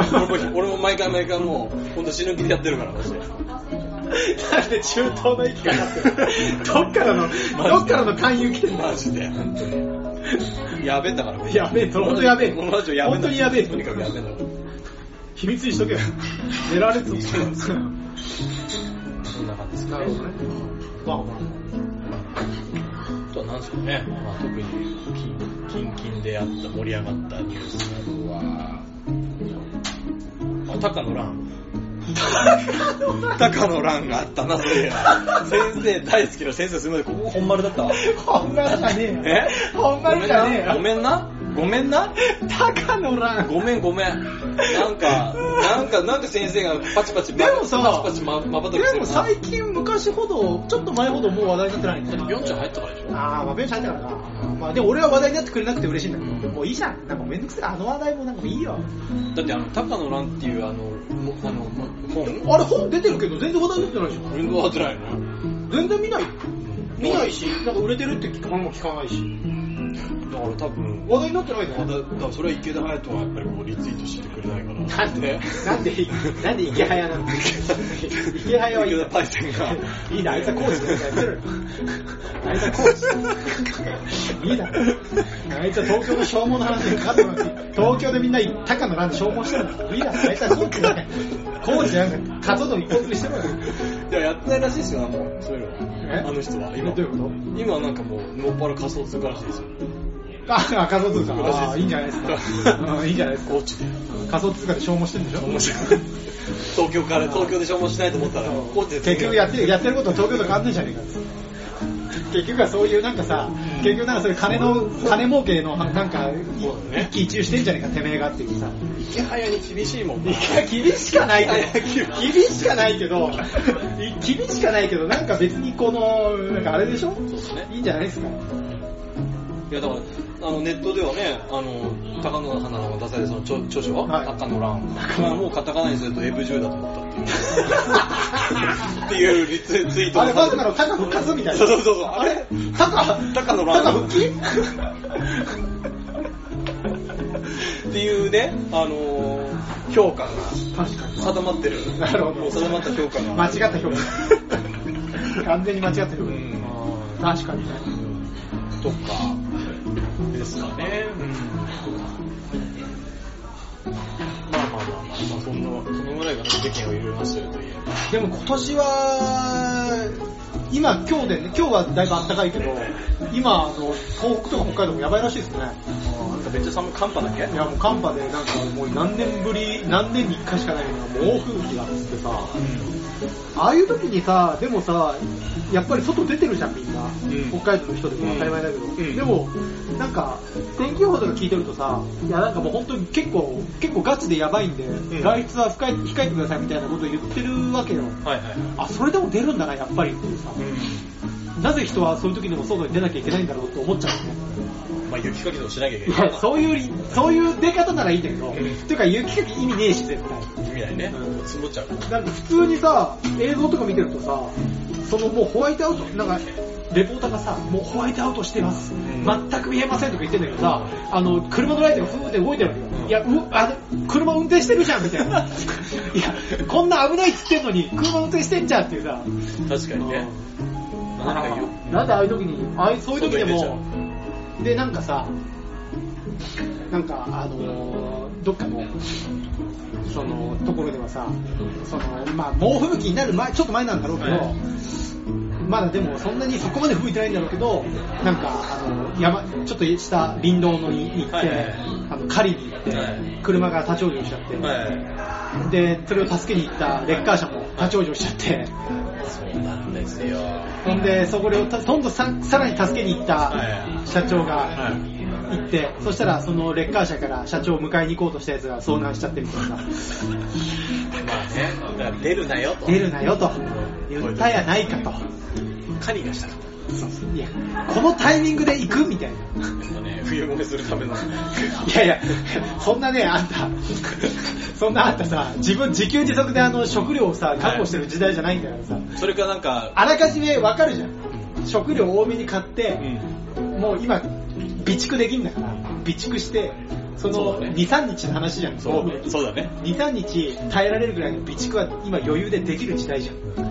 Speaker 3: さ、もう、 俺も俺も毎回毎回もう、ほんと死ぬ気でやってるから、マジで。
Speaker 2: なんで中東の駅かかってるどっからの、どっからの勧誘来てんだよ
Speaker 3: マ。ジで、本当に。やべえんだから、
Speaker 2: やべえと本当やべえ
Speaker 3: このラジオやべえんだ
Speaker 2: 本当にやべえと
Speaker 3: とにかくやべえんだから。
Speaker 2: 秘密にしとけよ。寝られず
Speaker 3: そうなんですよそんな感じですか
Speaker 2: なる
Speaker 3: ね。
Speaker 2: ほどね。まあま あ。
Speaker 3: あとは何ですかね、まあ、特にキンキンキンであった盛り上がったニュースなどは、あ、高野蘭。高野蘭があったな、そういえば。 先生、大好きな先生、すみません、ここ本丸だったわ。
Speaker 2: 本丸じゃねえよ。
Speaker 3: え
Speaker 2: 本丸じゃねえよ。
Speaker 3: ごめんなごめんな
Speaker 2: 高野蘭。
Speaker 3: ごめんごめん。なんか、なんか、なんか先生がパチパチ、
Speaker 2: でもさ
Speaker 3: パチパチままばたきして
Speaker 2: で
Speaker 3: る
Speaker 2: も
Speaker 3: な。
Speaker 2: 最近昔ほど、ちょっと前ほどもう話題になってないね。
Speaker 3: 四丁入ったからでしょ
Speaker 2: あー、まあ、ベンチ入ったからな。まあ、でも俺は話題になってくれなくて嬉しいんだけど、もういいじゃん。なんかめんどくせえな。あの話題もなんかもういいよ。
Speaker 3: だってあの、高野蘭っていうあの、もあの、も本、
Speaker 2: あれ本出てるけど全然話題になってないじゃん。
Speaker 3: 運動はってないの
Speaker 2: 全然見ないよ。見ないし、なんか売れてるって聞く話も聞かないし。
Speaker 3: だから多分、
Speaker 2: 話題になってない
Speaker 3: ま
Speaker 2: ね。
Speaker 3: だ、だからそれは池田隼人はやっぱりこうリツイートしてくれないから。
Speaker 2: なんで、なんで、なんで池早なの池早はいい
Speaker 3: 池
Speaker 2: だ
Speaker 3: 田パイセンが。
Speaker 2: いいな、あいつはコーチとかやってる。あいつはコーチ。いいだろ。あいつは東京の消耗の話にかかってます東京でみんな高野なんで消耗してるのいいだろ、あいつはコーチだから。コーチじゃなくて、カツオと一本釣りしてるの
Speaker 3: いや、やってないらしいですよ、あの、そういう
Speaker 2: え
Speaker 3: の。あの人は。今、
Speaker 2: どういうこと
Speaker 3: 今なんかもう、のっぱら仮想通貨らしいですよ。
Speaker 2: あ、仮想通貨。ああ、いいんじゃない ですか。うんいいんじゃないですか。
Speaker 3: コーチで。
Speaker 2: 仮想通貨で消耗してるんでしょ
Speaker 3: 面白い。東京から、東京で消耗しないと思ったら、コーチで
Speaker 2: 結局やってる、やってることは東京と変わんないじゃねえか結局はそういうなんかさ、結局なんかそれ金の、金儲けのなんか、
Speaker 3: そうだね
Speaker 2: 一喜一憂してんじゃねえか、てめえがっていうさ。
Speaker 3: 池早に厳しいもんな。
Speaker 2: 厳しかないけ
Speaker 3: いや
Speaker 2: ど、厳しかないけど、厳しかないけど、なんか別にこの、なんかあれでしょ
Speaker 3: そうですね
Speaker 2: いいんじゃないですか。
Speaker 3: いやだから、あのネットではね、あの、高野花の出されたその著著書、
Speaker 2: はい
Speaker 3: 高野蘭。まあもうカタカナにするとエブ10だと思った っていう。っていうリツイツイート
Speaker 2: あれ、まさかの高復活みたいな。
Speaker 3: そうそうそうそう
Speaker 2: あれ高、
Speaker 3: 高野蘭
Speaker 2: 高復帰
Speaker 3: っていうね、あのー評価が
Speaker 2: 確 かに。
Speaker 3: 定まってる。
Speaker 2: なるほど
Speaker 3: もう定まった評価が。
Speaker 2: 間違った評 価。完全に間違った評
Speaker 3: う
Speaker 2: 価。
Speaker 3: ん。
Speaker 2: 確かにね。
Speaker 3: とか、ですかね。うん。まあまあまあまあ、まあ、そんな、そのぐらいが世間を揺るがしてるといえば。
Speaker 2: でも今年は、今今日でね、今日はだいぶ暖かいけど、今あの、東北とか北海道もやばいらしいですね。
Speaker 3: なんかめっちゃ寒い寒波だっけ
Speaker 2: いやもう寒波でなんかもう何年ぶり、何年に一回しかないような猛吹雪があってさ、ああいう時にさ、でもさ、やっぱり外出てるじゃんみんな。
Speaker 3: ん
Speaker 2: 北海道の人でも当たり前だけど。
Speaker 3: うん
Speaker 2: でも、なんか、天気予報とか聞いてるとさ、いやなんかもう本当に結構、結構ガチでやばいんで、
Speaker 3: ん
Speaker 2: 外出は控え控えてくださいみたいなこと言ってるわけよ。
Speaker 3: はいはい。
Speaker 2: あ、それでも出るんだな、やっぱりっていうさ。なぜ人はそういう時でも外に出なきゃいけないんだろうと思っちゃうね。
Speaker 3: まあ雪かきでもしなきゃいけ
Speaker 2: い
Speaker 3: ない
Speaker 2: や、。 そういうり、そういう出方ならいいんだけど、
Speaker 3: うん
Speaker 2: ていうか雪かき意味ねえし、絶対。
Speaker 3: 意味ないね。積もっちゃうから。
Speaker 2: なんか普通にさ、映像とか見てるとさ、そのもうホワイトアウト、なんか、レポーターがさ、もうホワイトアウトしてます。
Speaker 3: ん
Speaker 2: 全く見えませんとか言ってんだけどさ、あの、車のライトがふーって動いてるわけよ。
Speaker 3: うん
Speaker 2: いや、う、あの、車運転してるじゃん、みたいな。いや、こんな危ないっつってんのに、車運転してんじゃんっていうさ。
Speaker 3: 確かにね。なんかよ
Speaker 2: なんでああいう時に、ああいうそういう時で
Speaker 3: 外に出ちゃ
Speaker 2: も、で、なんかさ、なんか、あのーどっかの、その、ところではさ、その、まあ、猛吹雪になる前、ちょっと前なんだろうけど、
Speaker 3: はい
Speaker 2: まだでもそんなにそこまで吹いてないんだろうけど、なんか、あの、山、ちょっとした林道のに行って、
Speaker 3: はいはいはい
Speaker 2: あの、狩りに行って、
Speaker 3: はい
Speaker 2: 車が立ち往生しちゃって、
Speaker 3: はい。
Speaker 2: で、それを助けに行ったレッカー車も立ち往生しちゃって、
Speaker 3: そうなんですよ。
Speaker 2: ほんで、そこをた今度ささらに助けに行った
Speaker 3: はい
Speaker 2: 社長
Speaker 3: は
Speaker 2: が
Speaker 3: い。
Speaker 2: 行って、そしたらそのレッカー車から社長を迎えに行こうとしたやつが遭難しちゃってみたいな。
Speaker 3: まあね、だから出るなよと。
Speaker 2: 出るなよと言ったやないかと。
Speaker 3: 狩りがしたかった。
Speaker 2: いや、このタイミングで行くみたいな。
Speaker 3: やっぱね、冬越えするための。
Speaker 2: いやいや、そんなね、あんた、そんなあんたさ、自分自給自足であの食料をさ、確保してる時代じゃないんだからさ、
Speaker 3: それかなんか、
Speaker 2: あらかじめわかるじゃん。食料多めに買って、
Speaker 3: ん。
Speaker 2: もう今、備蓄できんだから、備蓄して、そ
Speaker 3: そう
Speaker 2: の
Speaker 3: だね
Speaker 2: 2、3日の話じゃん。
Speaker 3: そうだね。そうだね。
Speaker 2: 2、3日耐えられるぐらいの備蓄は今余裕でできる時代じゃん。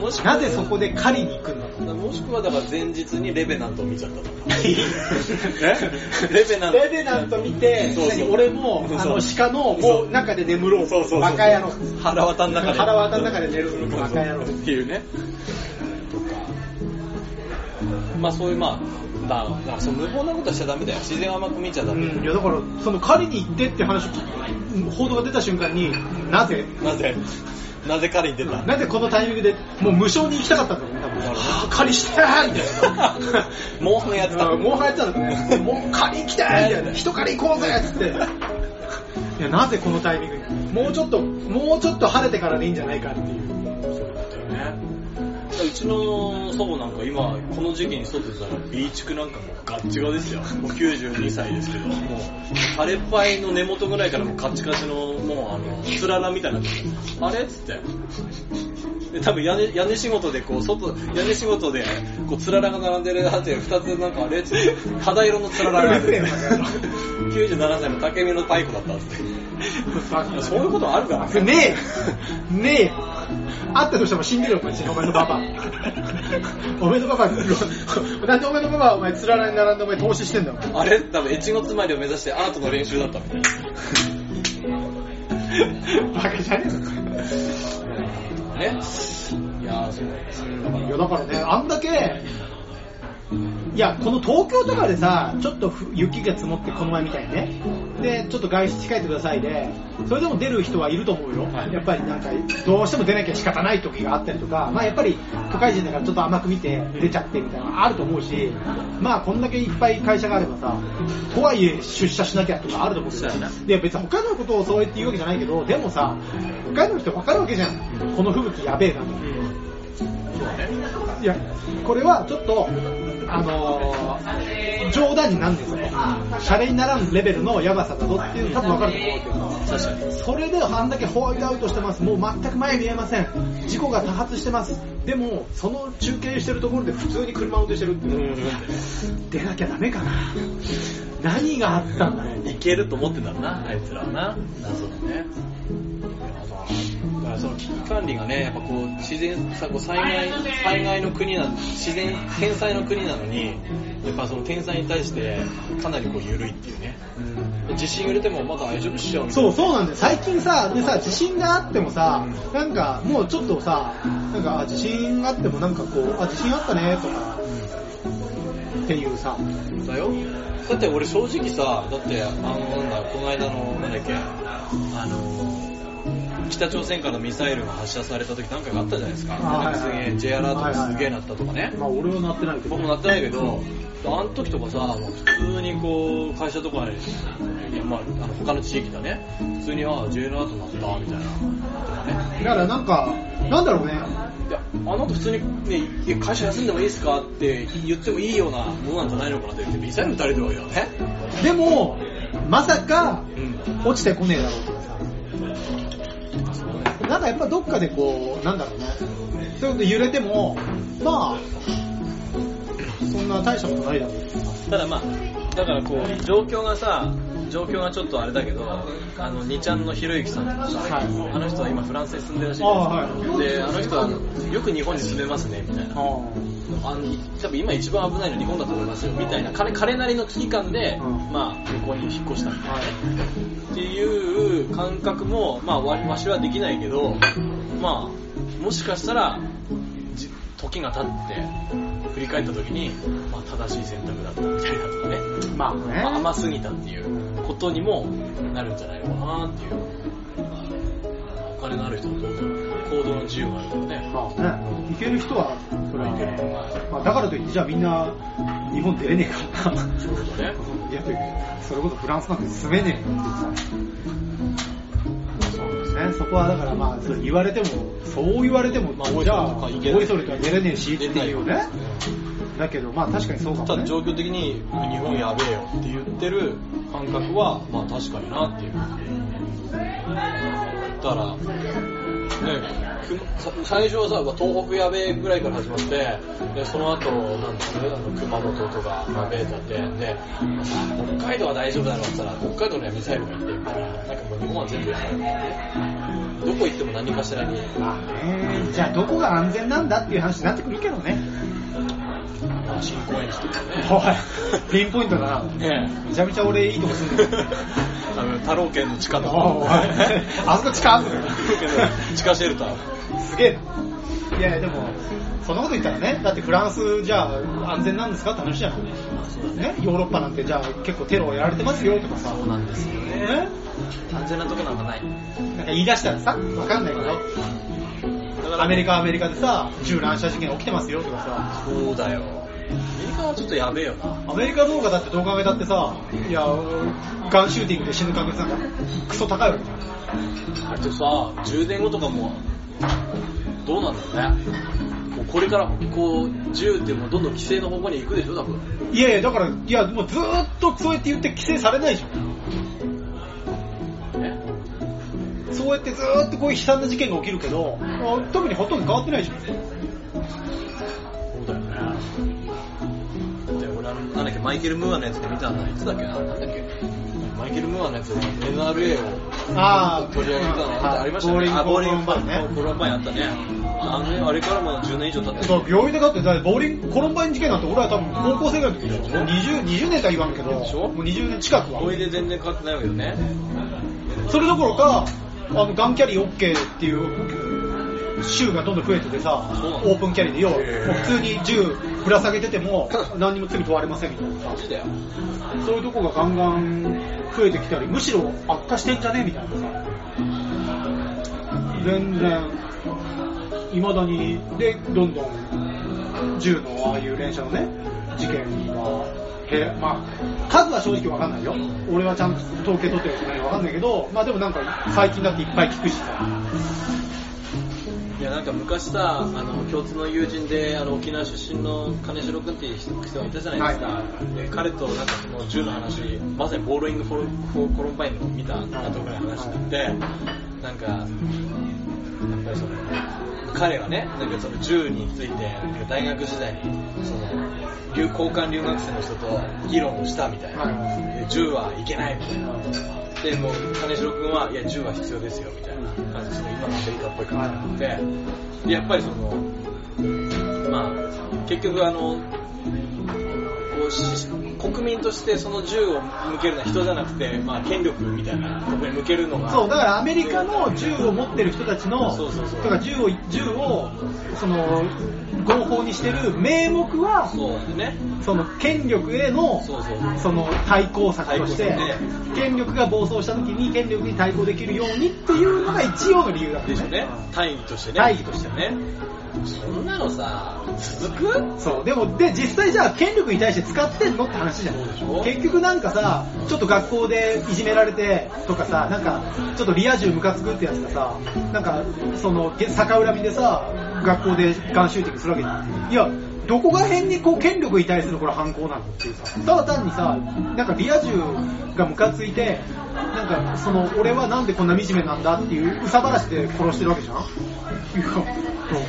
Speaker 3: もしくは
Speaker 2: なぜそこで狩りに行くんだと。
Speaker 3: もしくはだから前日にレベナントを見ちゃったとか。
Speaker 2: え
Speaker 3: レベナント。
Speaker 2: レベナント見て、
Speaker 3: そうそう
Speaker 2: 何俺も、あの、鹿の、もう中で眠ろう。
Speaker 3: そうそうそう
Speaker 2: バカ野郎。
Speaker 3: 腹渡ん中で。
Speaker 2: 腹渡ん中で寝るバカ野郎
Speaker 3: っていうね。まあそういうまあ、だだからその無謀なことはしちゃダメだよ。自然を甘く見ちゃダ
Speaker 2: う
Speaker 3: メだよ。
Speaker 2: ん、いやだから、その狩りに行ってって話、報道が出た瞬間に、なぜ
Speaker 3: なぜ、なぜ彼に出た
Speaker 2: なぜこのタイミングで、もう無償に行きたかったんだろうね、多分。あー狩りしたいみたいな。
Speaker 3: モンハンやってた。
Speaker 2: うんもう流行ってたんだね。もう狩り行きたいみたいな。人狩り行こうぜっつって。いや、なぜこのタイミングに。もうちょっと、もうちょっと晴れてからでいいんじゃないかっていう。
Speaker 3: うちの祖母なんか今、この時期に外出たら、ビーチ区なんかもうガッチガですよ。もう92歳ですけど、もう、枯れっぱいの根元ぐらいからもうカッチカチの、もうあの、つららみたいになってるあれっつって。で、多分屋根、屋根仕事でこう、外、屋根仕事で、こう、つららが並んでるあて、二つなんかあれっつって、肌色のつららが並んで
Speaker 2: う
Speaker 3: る
Speaker 2: るせえな。
Speaker 3: 97歳の竹見の太鼓だったっつって。そういうことあるからね。
Speaker 2: ねえねえあったとしても死んでるよ、お前お前のパパ。お前のパパ、なんでお前のパパはお前、つららに並んでお前投資してんだよ。
Speaker 3: あれ多分、越後つまりを目指してアートの練習だったみたいな。
Speaker 2: バカじゃねえのか。
Speaker 3: ね。いやー、そうなんですよ。
Speaker 2: いやだからね、あんだけ、いや、この東京とかでさ、ちょっとふ雪が積もって、この前みたいにね、で、ちょっと外出控えてくださいで、それでも出る人はいると思うよ、
Speaker 3: はい
Speaker 2: やっぱりなんか、どうしても出なきゃ仕方ない時があったりとか、まあやっぱり都会人だからちょっと甘く見て出ちゃってみたいなのあると思うし、まあこんだけいっぱい会社があればさ、とはいえ出社しなきゃとかあると思うけど
Speaker 3: そうやな、
Speaker 2: いや別に他のことをそう言って言うわけじゃないけど、でもさ、他の人分かるわけじゃん、この吹雪やべえなと。いや、これはちょっと、あのー冗談になんですよ。シャレにならんレベルのヤバさだぞっていうの多分わかると思うけど、
Speaker 3: 確かに。
Speaker 2: それであんだけホワイトアウトしてます。もう全く前見えません。事故が多発してます。でも、その中継してるところで普通に車運転してるっていう。出なきゃダメかな。何があったんだろう。
Speaker 3: いけると思ってたんだな、あいつらはな。謎だね。だからその危機管理がね、やっぱこう、自然、さこう災害、災害の国なの、自然、天災の国なのに、やっぱその天災に対して、かなりこう、緩いっていうね。地震揺れてもまだ大丈夫っしようみた
Speaker 2: そ
Speaker 3: いな。
Speaker 2: うそうなんだよ。最近さ、でさ、地震があってもさ、なんかもうちょっとさ、なんかあ地震があってもなんかこう、あ、地震あったねとか、っていうさ、
Speaker 3: だよ。だって俺正直さ、だって、あの、なんだ、この間の、なんだっけ、あの、北朝鮮からミサイルが発射された時なんかがあったじゃないですか。
Speaker 2: あ
Speaker 3: な
Speaker 2: は
Speaker 3: ん
Speaker 2: い
Speaker 3: かすげえ、J アラートがすげえなったとかね。
Speaker 2: まあ俺はなってないけど
Speaker 3: 僕も、なってないけど、あの時とかさ、もう普通にこう、会社とかに、いやまあ、あの他の地域だね、普通に、ああ、J アラートなった、みたいな。とかね。
Speaker 2: だからなんか、なんだろうね、
Speaker 3: いや、あの後普通に、ねいや、会社休んでもいいですかって言ってもいいようなものなんじゃないのかなって言って、ミサイル撃たれてるわけだよね。
Speaker 2: でも、まさか、
Speaker 3: うん。
Speaker 2: 落ちてこねえだろうとかさ、なんかやっぱどっかでこう、なんだろうね、そういうこと揺れても、まあ、そんな大したことないだろう。
Speaker 3: ただまあ、だからこう状況がさ状況がちょっとあれだけどあの2ちゃんのひろゆきさんとかさ、
Speaker 2: はい
Speaker 3: あの人は今フランスに住んでるらしい
Speaker 2: ああはい
Speaker 3: んですよであの人はあのよく日本に住めますねみたいなあの多分今一番危ないの日本だと思いますよみたいな彼彼なりの危機感で、
Speaker 2: うん
Speaker 3: まあ向こうに引っ越したみたいな、っていう感覚も、まあ、わわしはできないけど、まあ、もしかしたら、じ時が経って、振り返った時に、まあ、正しい選択だったみたいなとかね、
Speaker 2: まあね
Speaker 3: まあ、甘すぎたっていうことにもなるんじゃないのかなっていう。お金のある人はどうだろう行動の自由があるからね。
Speaker 2: まあね、いける人は、それはいける。まあ、だからといって、じゃあみんな、日本出れねえか な。
Speaker 3: そういうことね。
Speaker 2: いや、というそれこそフランスなんて住めねえよって言ってた。そうですね、そこはだからまあ、そう言われても、そう言われても、
Speaker 3: まあ
Speaker 2: じゃあ、
Speaker 3: 大
Speaker 2: 大
Speaker 3: 磯
Speaker 2: いそ
Speaker 3: とか行
Speaker 2: れ
Speaker 3: けない
Speaker 2: とは出れねえしっていうね。だけど、まあ確かにそうか
Speaker 3: た
Speaker 2: も
Speaker 3: だ
Speaker 2: ね。
Speaker 3: 状況的に日本やべえよって言ってる感覚は、まあ確かになっていう。だから、ね、くさ最初はさ、東北やべえぐらいから始まって、でその後、なんですね、あの熊本とかやべえだって、で、北海道は大丈夫だろうって言ったら、北海道にはミサイルが行ってるから、なんかもう日本は全部やばいって。どこ行っても何かしらに、
Speaker 2: まあね、じゃあどこが安全なんだっていう話になってくるけどね。
Speaker 3: まあ新公園地とか
Speaker 2: い。 ピンポイントだな。
Speaker 3: ね。 ねえ。
Speaker 2: めちゃめちゃ俺いいとこ住んでる。
Speaker 3: 多分、太郎県の地下とか。
Speaker 2: おいあそこ地下あんのよ
Speaker 3: 地下シェルター。
Speaker 2: すげえな。いやいや、でも、そんなこと言ったらね、だってフランスじゃあ安全なんですかって話じゃないね。ヨーロッパなんてじゃあ結構テロをやられてますよとかさ。
Speaker 3: そうなんですよね。
Speaker 2: ね。
Speaker 3: 単純なとこなんかない。
Speaker 2: なんか言い出したらさ、わかんないけど、アメリカはアメリカでさ、銃乱射事件起きてますよとかさ。
Speaker 3: そうだよ。アメリカはちょっとやべえよな。
Speaker 2: アメリカ動画だってどう考えたってさ、いや、ガンシューティングで死ぬ確率なんかクソ高いわけじゃん。
Speaker 3: あとさ、10年後とかも、どうなんだろうね。もうこれから、こう、銃ってもうどんどん規制の方向に行くでしょ、多分。
Speaker 2: いやいや、だから、いや、もうずーっとそうやって言って規制されないじゃん。
Speaker 3: ね。
Speaker 2: そうやってずーっとこういう悲惨な事件が起きるけど、あ特にほとんど変わってないじゃん。
Speaker 3: そうだよね。で俺あのなんだっけ、マイケル・ムーアのやつで見たんだ。いつだっけな、なんだっけ。マイケル・ムーアのやつで NRA を
Speaker 2: あ
Speaker 3: 取り上げたのありました
Speaker 2: ボー
Speaker 3: よね。
Speaker 2: リング
Speaker 3: あ
Speaker 2: ボーリングバンね。
Speaker 3: ボーリングバンあったね。あのねあれからもう10年以上経って
Speaker 2: そ
Speaker 3: る。
Speaker 2: う、病院でだって、だってボーリング、コロンバイン事件なんて俺は多分高校生ぐらいの時でしょ。もう20、20年とは言わんけど、もう
Speaker 3: でしょ
Speaker 2: 20年近くは。
Speaker 3: 思い出全然変わってないわけどね。
Speaker 2: それどころか、あの、ガンキャリー OK っていう、州がどんどん増えててさ
Speaker 3: そうな、の
Speaker 2: オープンキャリーで、要は、もう
Speaker 3: へー
Speaker 2: 普通に銃ぶら下げてても、何にも罪問われませんみたいなさ
Speaker 3: マ。ジだよ。
Speaker 2: そういうとこがガンガン増えてきたり、むしろ悪化してんじゃねえみたいなさ。全然、未だに、で、どんどん、銃のああいう連射のね、事件は、へまあ、数は正直わかんないよ。俺はちゃんと統計取ってるじゃないかわかんないけど、まあでもなんか、最近だっていっぱい聞くしさ。
Speaker 3: いやなんか昔さ、あの共通の友人であの沖縄出身の金城君っていう人がいたじゃないですか、で彼となんかその銃の話、まさにボーロイングフォロフォコロンバインの見た後ぐらいの話になって、なんか、やっぱりその、彼はね、なんかその銃について、なんか大学時代にその留交換留学生の人と議論をしたみたいな、
Speaker 2: は
Speaker 3: で銃はいけないみたいな。でもう金城君はいや銃は必要ですよみたいな感じで今のアメリカっぽい感じになってでやっぱりそのまあ結局あのこうし国民としてその銃を向けるのは人じゃなくて、まあ、権力みたいなところに向けるのが
Speaker 2: そう、だからアメリカの銃を持ってる人たちの、
Speaker 3: そうそうそう
Speaker 2: とか銃を、銃を、その、合法にしてる名目は、
Speaker 3: そうなんでね
Speaker 2: その権力への
Speaker 3: そうそう
Speaker 2: その対抗策として
Speaker 3: 対抗策
Speaker 2: 権力が暴走した時に権力に対抗できるようにっていうのが一応の理由だった
Speaker 3: でしょうね大義としてね
Speaker 2: 大義として
Speaker 3: ねそんなのさ続く
Speaker 2: そうでもで実際じゃあ権力に対して使ってんのって話じゃん
Speaker 3: そうでしょ
Speaker 2: 結局なんかさちょっと学校でいじめられてとかさなんかちょっとリア充ムカつくってやつがさなんかそのげ逆恨みでさ学校でガンシューティングするわけじゃんいやどこが辺にこう権力に対するこれ反抗なのっていうさただ単にさなんかリア充がムカついてなんかその俺はなんでこんな惨めなんだっていう憂さ晴らしで殺してるわけじゃんいや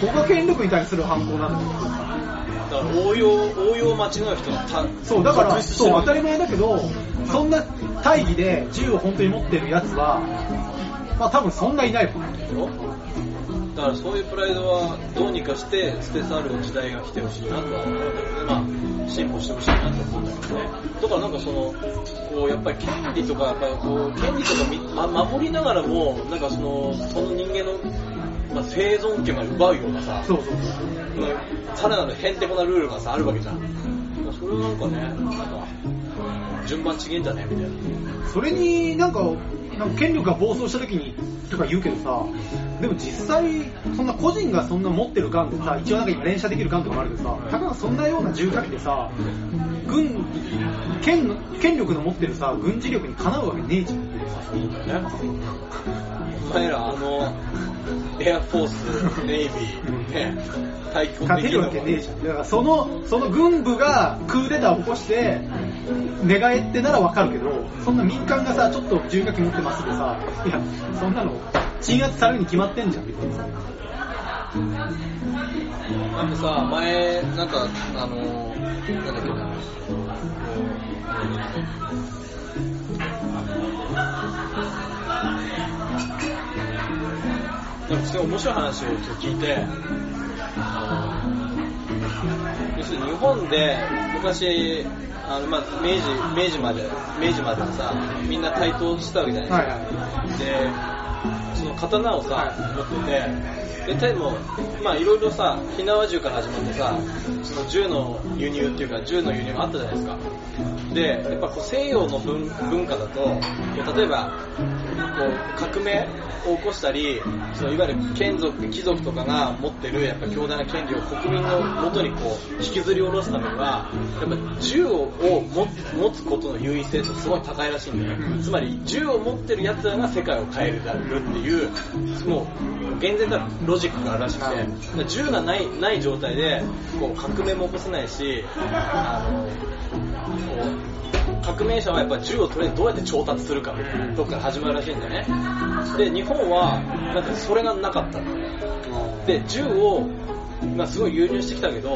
Speaker 2: どこが権力に対する反抗なのっていうさ
Speaker 3: だだから応用、応用間違う人がた
Speaker 2: そう、だから、
Speaker 3: 続出して
Speaker 2: そう、
Speaker 3: る
Speaker 2: 当たり前だけど、そんな大義で銃を本当に持ってるやつは、まあ多分そんないないもん。
Speaker 3: だからそういうプライドはどうにかして捨て去る時代が来てほしいなとは思うんだけどね、まあ、進歩してほしいなと思うんだけどね。だからなんかその、こうやっぱり権利とか、やっぱりこう、権利とかみ、ま、守りながらも、なんかその、その人間の、まあ、生存権が奪うようなさ、
Speaker 2: そうそうそう。
Speaker 3: うんさらなるへんてこなルールがさ、あるわけじゃん。それをなんかね、なんか、順番違えんじゃねみたいな。
Speaker 2: それになんか、なんか権力が暴走した時にとか言うけどさ、でも実際、そんな個人がそんな持ってるガンでさ、一応なんか今連射できるガンとかもあるけどさ、たかがそんなような重火器でさ、軍、権の、権力の持ってるさ、軍事力にかなうわけねえじゃん。
Speaker 3: ね。お前らあの、エアフォース、ネイビー、ね、対抗
Speaker 2: 勝
Speaker 3: で
Speaker 2: て
Speaker 3: き
Speaker 2: る
Speaker 3: る
Speaker 2: わ
Speaker 3: の
Speaker 2: け
Speaker 3: か
Speaker 2: ねえじゃん。だからその、その軍部がクーデターを起こして、寝返ってならわかるけど、そんな民間がさ、ちょっと重火器持ってますでさ、いや、そんなの鎮圧されるに決まってんじゃん、みたいなさ。
Speaker 3: なんかさ、前、なんか、あの、なんだっけな、なんかすごい面白い話を聞いて、要するに日本で昔、あのまあ、明治明治まで、明治までさ、みんな対等してたわけじゃないですか。
Speaker 2: はいはい
Speaker 3: で、その刀をさ、持ってて、で、でも、まあいろいろさ、火縄銃から始まってさ、その銃の輸入っていうか、銃の輸入があったじゃないですか。で、やっぱこう西洋の文文化だと、こう例えば、こう革命を起こしたり、そのいわゆる眷属、貴族とかが持ってるやっぱ強大な権利を国民の元にこう引きずり下ろすためには、やっぱ銃を持つ持つことの優位性ってすごい高いらしいんだよね。つまり銃を持ってる奴らが世界を変えるであるっていう、もう厳然たるロジックがあるらしくて、だから銃がないない状態でこう革命も起こせないし、あの革命者はやっぱ銃をとりあえずどうやって調達するかみたいなとこから始まるらしいんだよね。で、日本は、なんかそれがなかったんだよね。で、銃を、まあすごい輸入してきたけど、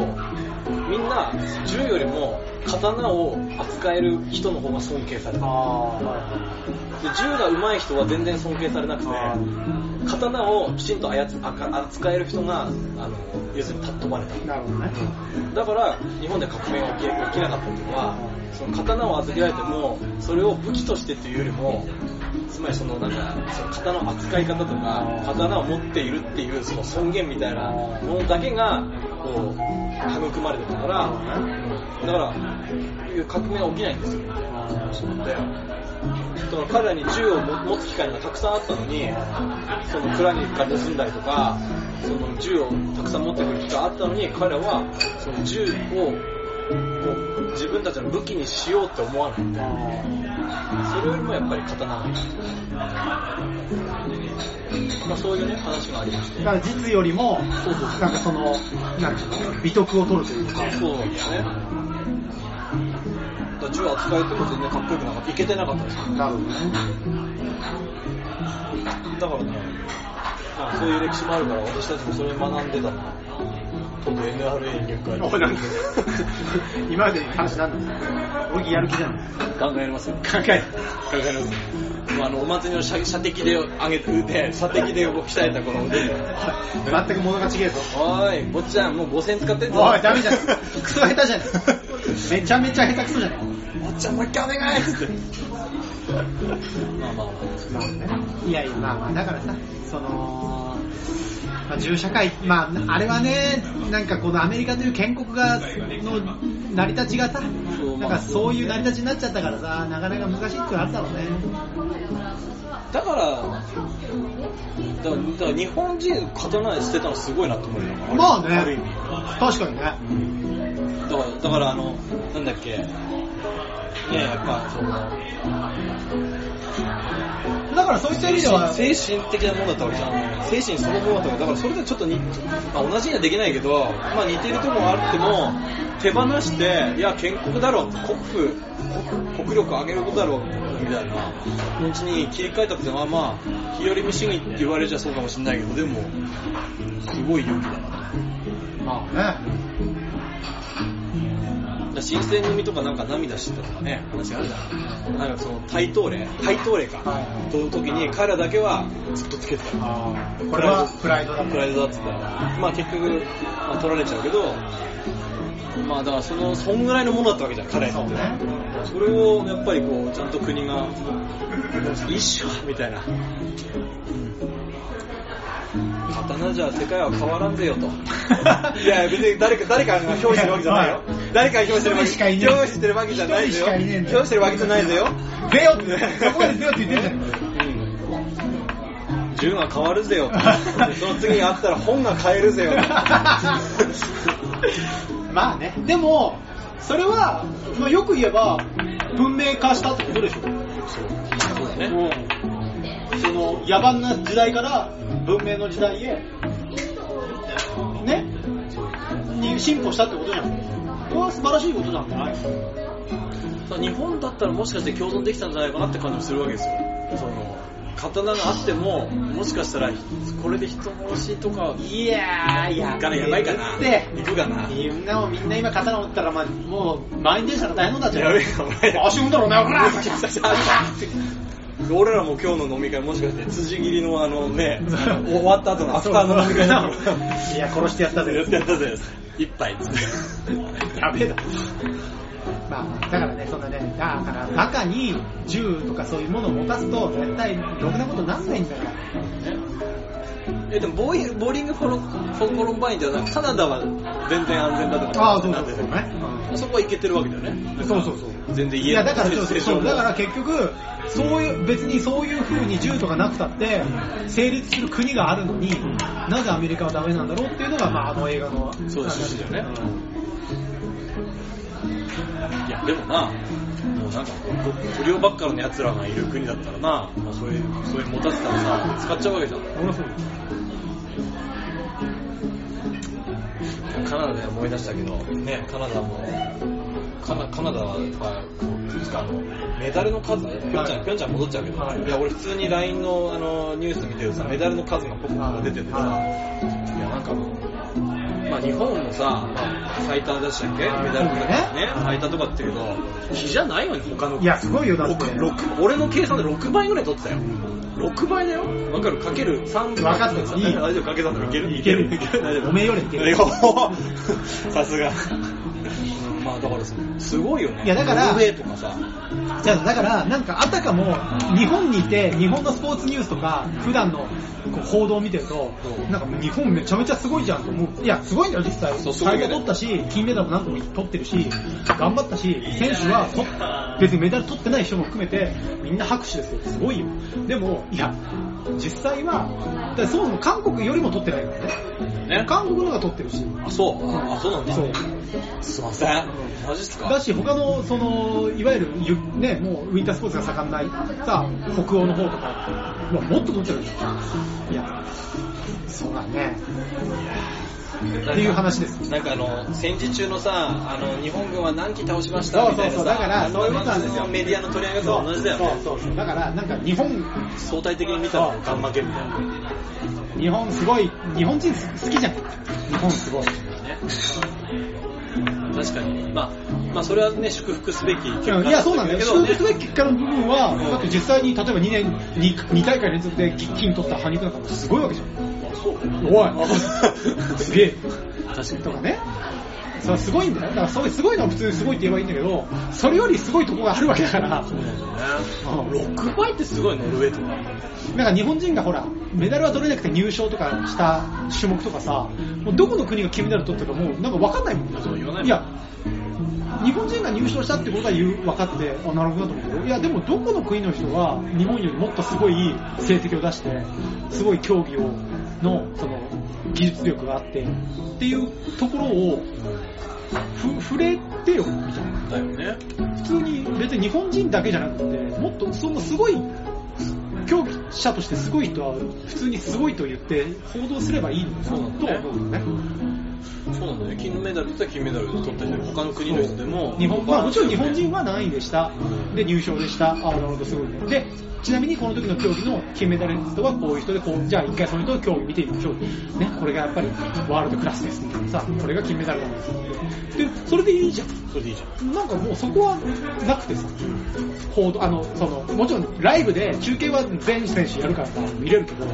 Speaker 3: みんな銃よりも刀を扱える人の方が尊敬された。
Speaker 2: あ
Speaker 3: で銃が上手い人は全然尊敬されなくて
Speaker 2: あ
Speaker 3: 刀をきちんと操あか扱える人があの要するに尊ばれた
Speaker 2: あ、なるほどね。
Speaker 3: だから日本で革命が起き起きなかったっていうのはその刀を預けられてもそれを武器としてっていうよりもつまりそのなんかその刀の扱い方とか刀を持っているっていうその尊厳みたいなものだけがこう育まれてたからだから革命は起きないんですよそうだよだから彼らに銃を持つ機会がたくさんあったのに、その蔵に行って盗んだりとか、その銃をたくさん持ってくる機会があったのに、彼らはその銃をこう自分たちの武器にしようって思わない。それよりもやっぱり刀なんだ。まあそういうね、話がありまして
Speaker 2: だか。ら実よりも、なんかその、なんていうの、美徳を取るというか。
Speaker 3: そうなんですね。だから銃扱えても全然かっこよくなかった。いけてなかったですよ
Speaker 2: なるほどね。
Speaker 3: だからね、まあ、そういう歴史もあるから、私たちもそれ学んでたな。今度 NRA に入会。
Speaker 2: なんか 今までの話なんですか俺やる気じゃない
Speaker 4: 考えますよ。考
Speaker 2: 考え
Speaker 4: えますよ。
Speaker 3: まあ、あの、お祭りの射射的で上げて、腕、射的で僕鍛えた頃腕で。
Speaker 2: 全く物が違えぞ。
Speaker 3: おーい、坊ちゃん、もう5000使ってんぞ。
Speaker 2: おい、ダメじ ゃん。クソ下手じゃ ん。めちゃめちゃ下手くそじゃない。
Speaker 3: 坊ちゃん、もう一回お願いっつって。まあまあま
Speaker 2: まあね、いやいや、まあまあ、だからさ、その、まあ、銃社会、まあ、あれはね、なんかこのアメリカという建国が、の成り立ちがさ、なんかそういう成り立ちになっちゃったからさ、なかなか難しいっていうのはあるだろうね。
Speaker 3: あ。だから、だから、だから日本人刀で捨てたのすごいなと思うよ。
Speaker 2: まあ
Speaker 3: ある意
Speaker 2: ね
Speaker 3: 味。、
Speaker 2: 確かにね。
Speaker 3: だから、だからあの、なんだっけ、ねえ、やっぱ、その、
Speaker 2: だからそういった意味では、
Speaker 3: 精神的なものだったわけじゃん。精神そのものだったわけだから、それでちょっとに、まあ、同じにはできないけど、まあ似てるところはあっても、手放して、いや、建国だろ、国府、国国力上げることだろ、みたいな、うちに切り替えたって、まあまあ、日和見主義って言われちゃそうかもしれないけど、でも、すごい勇気だな。
Speaker 2: まあね、
Speaker 3: だ新選組とかなんか涙してたとかね、話あるじゃん。なんかその、対等例、対等例か。
Speaker 2: はい
Speaker 3: との時に、彼らだけはずっとつけてた。
Speaker 2: あーこれはプライドだ
Speaker 3: プライドだっつったら、まあ結局、まあ、取られちゃうけど、まあだからその、そんぐらいのものだったわけじゃん、彼ら
Speaker 2: そ
Speaker 3: っ
Speaker 2: う
Speaker 3: て。
Speaker 2: ね
Speaker 3: それをやっぱりこう、ちゃんと国が、一緒みたいな。刀じゃ世界は変わらんぜよと。いや、別に誰か、誰かが表してるわけじゃないよ。誰かが表してるわ
Speaker 2: 一人しかいね
Speaker 3: け
Speaker 2: え
Speaker 3: 表してるわけじゃないぜよ。
Speaker 2: 一人しかいねえんだ
Speaker 3: 表
Speaker 2: よ
Speaker 3: してるわけじゃないぜよ。
Speaker 2: ゼヨ ってそこまでゼヨって言ってんじ
Speaker 3: うん銃が変わるぜよと。でその次にあったら本が変えるぜよと。
Speaker 2: ゃ んまあねでもそれは、まあ、よく言えば文明化したってことでしょ
Speaker 3: そうだね。
Speaker 2: うん、その野蛮な時代から文明の時代へねに進歩したってことじゃんこれは素晴らしいことなんじゃない
Speaker 3: 日本だったらもしかして共存できたんじゃないかなって感じもするわけですよ。その刀があっても、もしかしたら、これで人殺しとか、
Speaker 2: いやーや
Speaker 3: いかな、やばいかな。
Speaker 2: って
Speaker 3: 行くかな。
Speaker 2: みんなもみんな今刀持ったら、まあ、もう満員電車が大変なんだっちゃ
Speaker 3: や
Speaker 2: う
Speaker 3: べえか、俺ら。
Speaker 2: 足踏んだろうねほら
Speaker 3: 俺らも今日の飲み会もしかして辻切りのあ のね、あの終わった後のアフターの飲み会だろ。
Speaker 2: いや殺してやったぜ
Speaker 3: やってやったぜ。一杯っつって。
Speaker 2: やべえだまあ、だからね、そんなね、だから、バカに銃とかそういうものを持たすと、絶対、ろくなことなんないんだから。
Speaker 3: え、でもボーイング、ボーリングフォロフォコロンバインじゃなくカナダは全然安全だとか。
Speaker 2: ああ、そうそう
Speaker 3: なん
Speaker 2: そう
Speaker 3: で
Speaker 2: ね。
Speaker 3: そこはいけてるわけだよ
Speaker 2: う
Speaker 3: ね。
Speaker 2: んそうそうそう。
Speaker 3: 全然
Speaker 2: い
Speaker 3: 言えな
Speaker 2: や、
Speaker 3: い。
Speaker 2: だからそう、
Speaker 3: 正常
Speaker 2: そうだから結局、そういう、別にそういう風に銃とかなくたって、成立する国があるのに、なぜアメリカはダメなんだろうっていうのが、まあ、あの映画の。
Speaker 3: そうだ趣旨だよね
Speaker 2: うん
Speaker 3: いや、でもな、もうなんかこう、不良ばっかの奴らがいる国だったらな、まあ、そういう、そういう持たせたらさ、使っちゃうわけじゃん。
Speaker 2: 俺はそうです
Speaker 3: カナダで思い出したけど、ね、カナダも、カナカナダは、まあ、こういくつかあの、メダルの数、ピョンチャン、ピョンチャン戻っちゃうけど、
Speaker 2: はい
Speaker 3: い、や、俺普通に LINE のあのニュース見てるとさ、メダルの数がポコポコ出ててさ、いや、なんかもう、まあ日本もさ、まあ最多でしたっけメダルの数ね、最多とかって言うけど、比じゃないよね、他の国
Speaker 2: いや、すごいよ、だって。
Speaker 3: 六六俺の計算で6倍ぐらい取ってたよ。6倍だよ。わかるかける3
Speaker 2: 分かったいい
Speaker 3: 大丈夫かけ算だろいける
Speaker 2: いける
Speaker 3: 大丈夫
Speaker 2: おめえよりいける
Speaker 3: いや さすが。まあだからすすごいよね。
Speaker 2: いやだから
Speaker 3: 欧米とかさ。
Speaker 2: じゃあだから、なんかあたかも、日本にいて、日本のスポーツニュースとか、普段のこう報道を見てると
Speaker 3: う、ん
Speaker 2: なんか日本めちゃめちゃすごいじゃんと思う。いや、すごいんだよ、実際。
Speaker 3: そうすごいよね
Speaker 2: 最後取ったし、金メダルも何個も取ってるし、頑張ったし、選手は取っ別にメダル取ってない人も含めて、みんな拍手ですよ。すごいよ。でも、いや、実際は、だからそもそも韓国よりも取ってないからね。
Speaker 3: ね
Speaker 2: 韓国の方が取ってるし。
Speaker 3: あ、そう。あ、そうなんだ。
Speaker 2: そう
Speaker 3: すいません。マジっすか
Speaker 2: だし、他の、その、いわゆるゆ、ね、もう、ウィンタースポーツが盛んない、さ、北欧の方とか、うわもっと取っちゃうでしょ。いや、そうだね。っていう話です。
Speaker 3: なんかあの、戦時中のさ、あの、日本軍は何機倒しました
Speaker 2: そう
Speaker 3: みたいな
Speaker 2: そうそうだ
Speaker 3: さ
Speaker 2: から
Speaker 3: あの
Speaker 2: そういうことなんですよ
Speaker 3: メディアの取り上げと同じだよね。
Speaker 2: そうそうそう。だから、なんか日本、
Speaker 3: 相対的に見たらガン負けみたいな。
Speaker 2: 日本すごい、日本人す好きじゃん。日本すごい。
Speaker 3: ね。確かに。まあ、まあ、それはね、祝福すべき結果
Speaker 2: いや、そうなんだよ。
Speaker 3: けど
Speaker 2: 祝
Speaker 3: ね
Speaker 2: 福すべき結果の部分は、
Speaker 3: うん
Speaker 2: だって実際に、例えば2年、2, 2大会連続で金取った羽生君なんかもすごいわけじゃん。
Speaker 3: あそう
Speaker 2: おい すげえ。
Speaker 3: 確かに。
Speaker 2: とかね。それすごいんだよ。だからそういうすごいのは普通にすごいって言えばいいんだけど、それよりすごいとこがあるわけだから。
Speaker 3: そうなんだよね。
Speaker 2: うん
Speaker 3: 6倍ってすごい、ノルウェーとか。
Speaker 2: なんか日本人がほら、メダルは取れなくて入賞とかした種目とかさ、もうどこの国が金メダル取ったかもうなんか分かんないもん
Speaker 3: そう言わないもん
Speaker 2: いや、日本人が入賞したってことは言う分かって、あ、なるほどなと思うけど、いや、でもどこの国の人が日本よりもっとすごい成績を出して、すごい競技を、の、その、技術力があって、っていうところを、ふ、触れてよ、みたいな。
Speaker 3: だよね。
Speaker 2: 普通に別に日本人だけじゃなくてもっとそのすごい競技者としてすごい人は普通にすごいと言って報道すればいいの
Speaker 3: そうなんだね
Speaker 2: と思うんだよね
Speaker 3: そうなんだよね。金メダルって金メダル取った人他の国の人でも。
Speaker 2: 日本、まあもちろん日本人
Speaker 3: は。
Speaker 2: は何位でした。で、入賞でした。ああ、なるほど、すごいね。で、ちなみにこの時の競技の金メダリストはこういう人で、こう、じゃあ一回その人の競技見てみましょう。ね、これがやっぱりワールドクラスですみたいなさ、これが金メダルなんですよ。で、それでいいじゃん。
Speaker 3: それでいいじゃん。
Speaker 2: なんかもうそこはなくてさ、報道、あの、その、もちろんライブで中継は全選手やるからさ、見れるけど、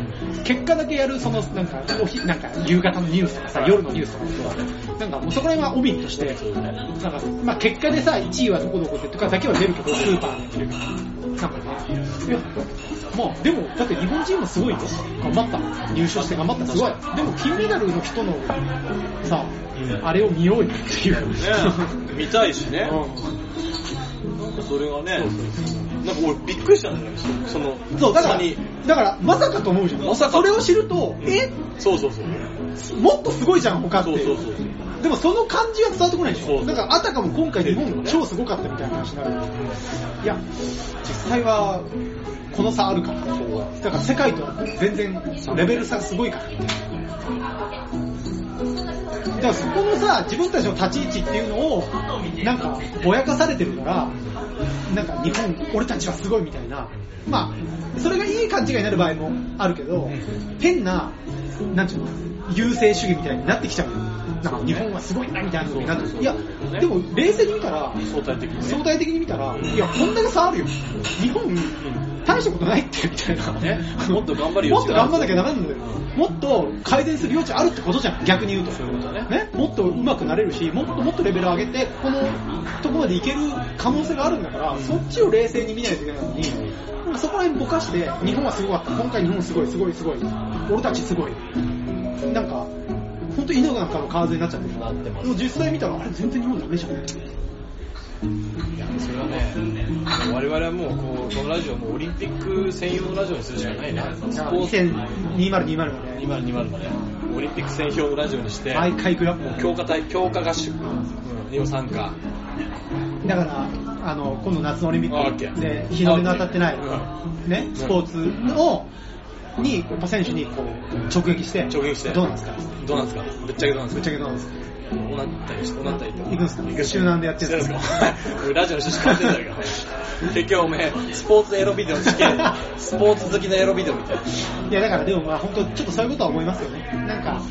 Speaker 2: 結果だけやる、その、なんか、おひなんか夕方のニュースとかさ、夜のニュースとかさ、なんかもうそこら辺は帯として、なんか、まあ結果でさ、1位はどこどこでとかだけは出るけど、スーパーで見るけど、なんかね、いや、まあでも、だって日本人もすごいよ。頑張った。入賞して頑張った。すごい。でも金メダルの人の、さ、あれを見ようよっていう。
Speaker 3: ね、見たいしね。なんかそれがね、なんか俺びっくりしたんだよね。そその、
Speaker 2: そう、だから
Speaker 3: 下に、
Speaker 2: だから、まさかと思うじゃん。
Speaker 3: まさか
Speaker 2: それを知ると、え
Speaker 3: そうそうそう。
Speaker 2: もっとすごいじゃん、他って。
Speaker 3: そうそうそう。
Speaker 2: でもその感じは伝わってこないでし
Speaker 3: そう
Speaker 2: ょ。
Speaker 3: そう
Speaker 2: だから、あたかも今回日本超すごかったみたいな話になる。いや、実際は、この差あるから。だから世界とは全然レベル差すごいから。だからそこのさ、自分たちの立ち位置っていうのを、なんか、ぼやかされてるから、なんか日本、俺たちはすごいみたいな、まあ、それがいい勘違いになる場合もあるけど、変な、なんていうの、優勢主義みたいになってきちゃうよ。なんか日本はすごいなみたいな風になってくるいや、でも冷静に見たら、
Speaker 3: 相対的にね。
Speaker 2: 相対的に見たら、いや、こんだけ差あるよ。日本、大したことないって、みたいな。
Speaker 3: ねもっと頑張るよ
Speaker 2: もっと頑張んなきゃダメなんだよ。もっと改善する余地あるってことじゃん、逆に言うと。
Speaker 3: そういうことね
Speaker 2: もっと上手くなれるし、もっともっとレベル上げて、このところまでいける可能性があるんだから、そっちを冷静に見ないといけないのに、そこら辺ぼかして、日本はすごかった。今回日本すごい、すごい、すごい。俺たちすごい。なんか、本当に井戸なんかの川沿いになっちゃってる。
Speaker 3: なってます
Speaker 2: でも実際見たら、あれ全然日本ダメじゃん。
Speaker 3: いやそれはね、我々はもうこう、このラジオはもうオリンピック専用のラジオにするしかないね。スポーツ
Speaker 2: 2020までね、
Speaker 3: 2020まで、オリンピック専用のラジオにして、
Speaker 2: 毎回行くよ。
Speaker 3: もう強化体、強化合宿にも参加。
Speaker 2: だから、あの、今度夏のオリンピ
Speaker 3: あオ
Speaker 2: ッ
Speaker 3: ッケー
Speaker 2: クで、日の目の当たってない
Speaker 3: オッケ、
Speaker 2: ね、スポーツの、に、やっぱ選手にこう、直撃して、
Speaker 3: 直撃して
Speaker 2: どうなんですか
Speaker 3: どうなんですかぶっちゃけどうなんです
Speaker 2: ぶっち
Speaker 3: か
Speaker 2: ゃけどうなんですか
Speaker 3: こうなったりして、こうなったりと
Speaker 2: 行くんですか集団でやってるん
Speaker 3: るん
Speaker 2: で
Speaker 3: ですす
Speaker 2: か
Speaker 3: か俺ラジオの趣旨変わってんだけど。結局おめえ、スポーツエロビデオ試験、スポーツ好きのエロビデオみたいな。
Speaker 2: いや、だからでもまあ本当ちょっとそういうことは思いますよね。なんか、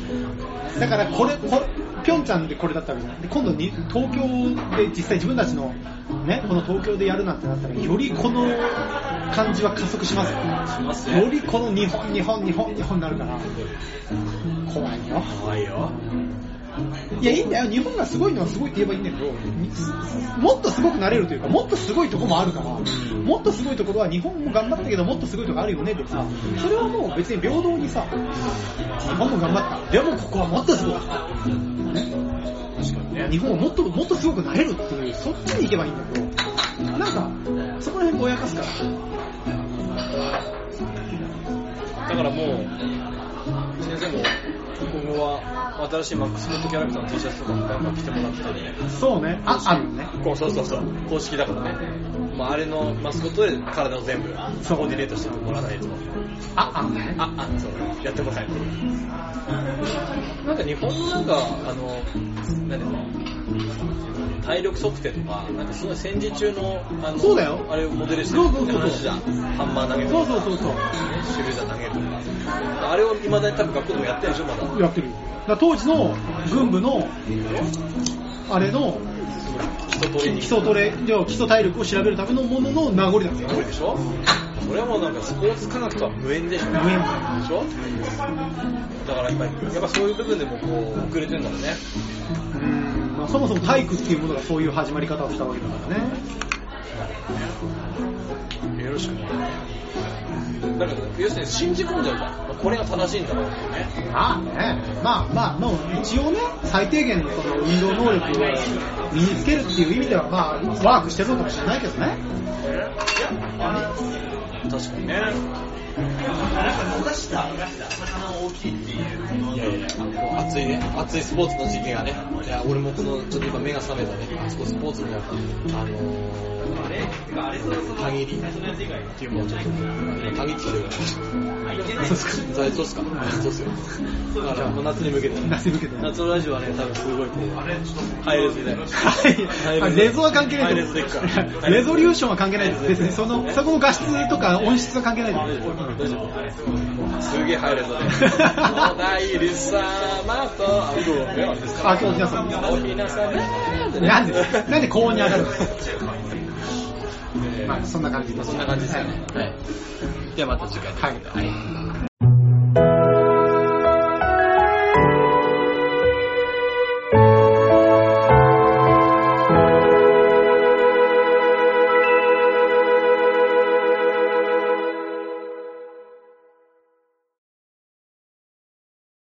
Speaker 2: だからこれ、こピョンチャンでこれだったわけじゃない。で今度に、東京で実際自分たちの、ね、この東京でやるなんてなったら、よりこの感じは加速しますよ
Speaker 3: します
Speaker 2: よりこの日本、日本、日本、日本になるから、怖いよ。
Speaker 3: 怖いよ。
Speaker 2: いや、いいんだよ。日本がすごいのはすごいって言えばいいんだけど、みもっとすごくなれるというか、もっとすごいとこもあるから、もっとすごいところは日本も頑張ったけど、もっとすごいとこあるよねでさ、それはもう別に平等にさ、日本も頑張った。でもここはもっとすごい。
Speaker 3: 確かにね。
Speaker 2: 日本はもっともっとすごくなれるっていう、そっちに行けばいいんだけど、なんか、そこら辺ぼやかすから。
Speaker 3: だからもう、先生も今後は新しいマックスモットキャラクターの T シャツとかもバンバン着てもらってたりね。
Speaker 2: そうね。あ、あるね。
Speaker 3: こうそうそうそう、公式だからね。まあ、あれのマスコットで体を全部コーディネートしてもらったりとか。
Speaker 2: あ、あるね。
Speaker 3: あ、あ、そう、やってもらえる。なんか日本のなんか、あの、何だろう体力測定とか、なんかすごい戦時中の、あの、
Speaker 2: そうだよ
Speaker 3: あれをモデルして
Speaker 2: そうそうそうそう
Speaker 3: 話じゃん。ハンマー投げとか。
Speaker 2: そうそうそうそう。
Speaker 3: 手榴弾投げるとか。あれを未だに多分学校でもやってるでしょ、まだ。
Speaker 2: やってるよ。だから当時の軍部の、あれの、
Speaker 3: 人通りに
Speaker 2: 基。礎トレ、要は基礎体力を調べるためのものの名残なんですよ。
Speaker 3: これでしょそれはもうなんかスポーツ科学とは無縁でしょ
Speaker 2: 無縁
Speaker 3: でしょだからやっぱり、やっぱそういう部分でもこう、遅れてるんだろうね。
Speaker 2: まあそもそも体育っていうものがそういう始まり方をしたわけだからね。
Speaker 3: よろしくね。だから、要するに信じ込んじゃうから、これが正しいんだろうっていうね。
Speaker 2: まあね、まあまあ、まあ一応ね、最低限のその運動能力を身につけるっていう意味では、まあ、ワークしてるのかもしれないけどね。
Speaker 3: いや、あ確かにね。いやいや、熱いね、熱いスポーツの時期がね、いや、俺もこの、ちょっと今目が覚めたね、あそこスポーツの、あのー、限りっていうものをちょっと、限ってきてるから。そうっすかそうですか。そうっすよ。だから、もう夏に向けて。
Speaker 2: 夏に向けて
Speaker 3: 夏のラジオはね、多分すごいこう、配列で。
Speaker 2: はい。あレゾは関係ない
Speaker 3: 配
Speaker 2: と思
Speaker 3: 列で
Speaker 2: う
Speaker 3: いくから。
Speaker 2: レゾリューションは関係ないです。別にその、そこの画質とか音質は関係ないです。
Speaker 3: 大丈夫すげえ入れたね。おだいりさまと、あ、今日、えあれですか
Speaker 2: あ、今日皆さん。
Speaker 3: おひなさまでね
Speaker 2: なんで、なんで高音に上がる んですかまあ、そんな感じで
Speaker 3: そんな感じですよね。はい。ではまた次回。
Speaker 2: はい。
Speaker 3: はい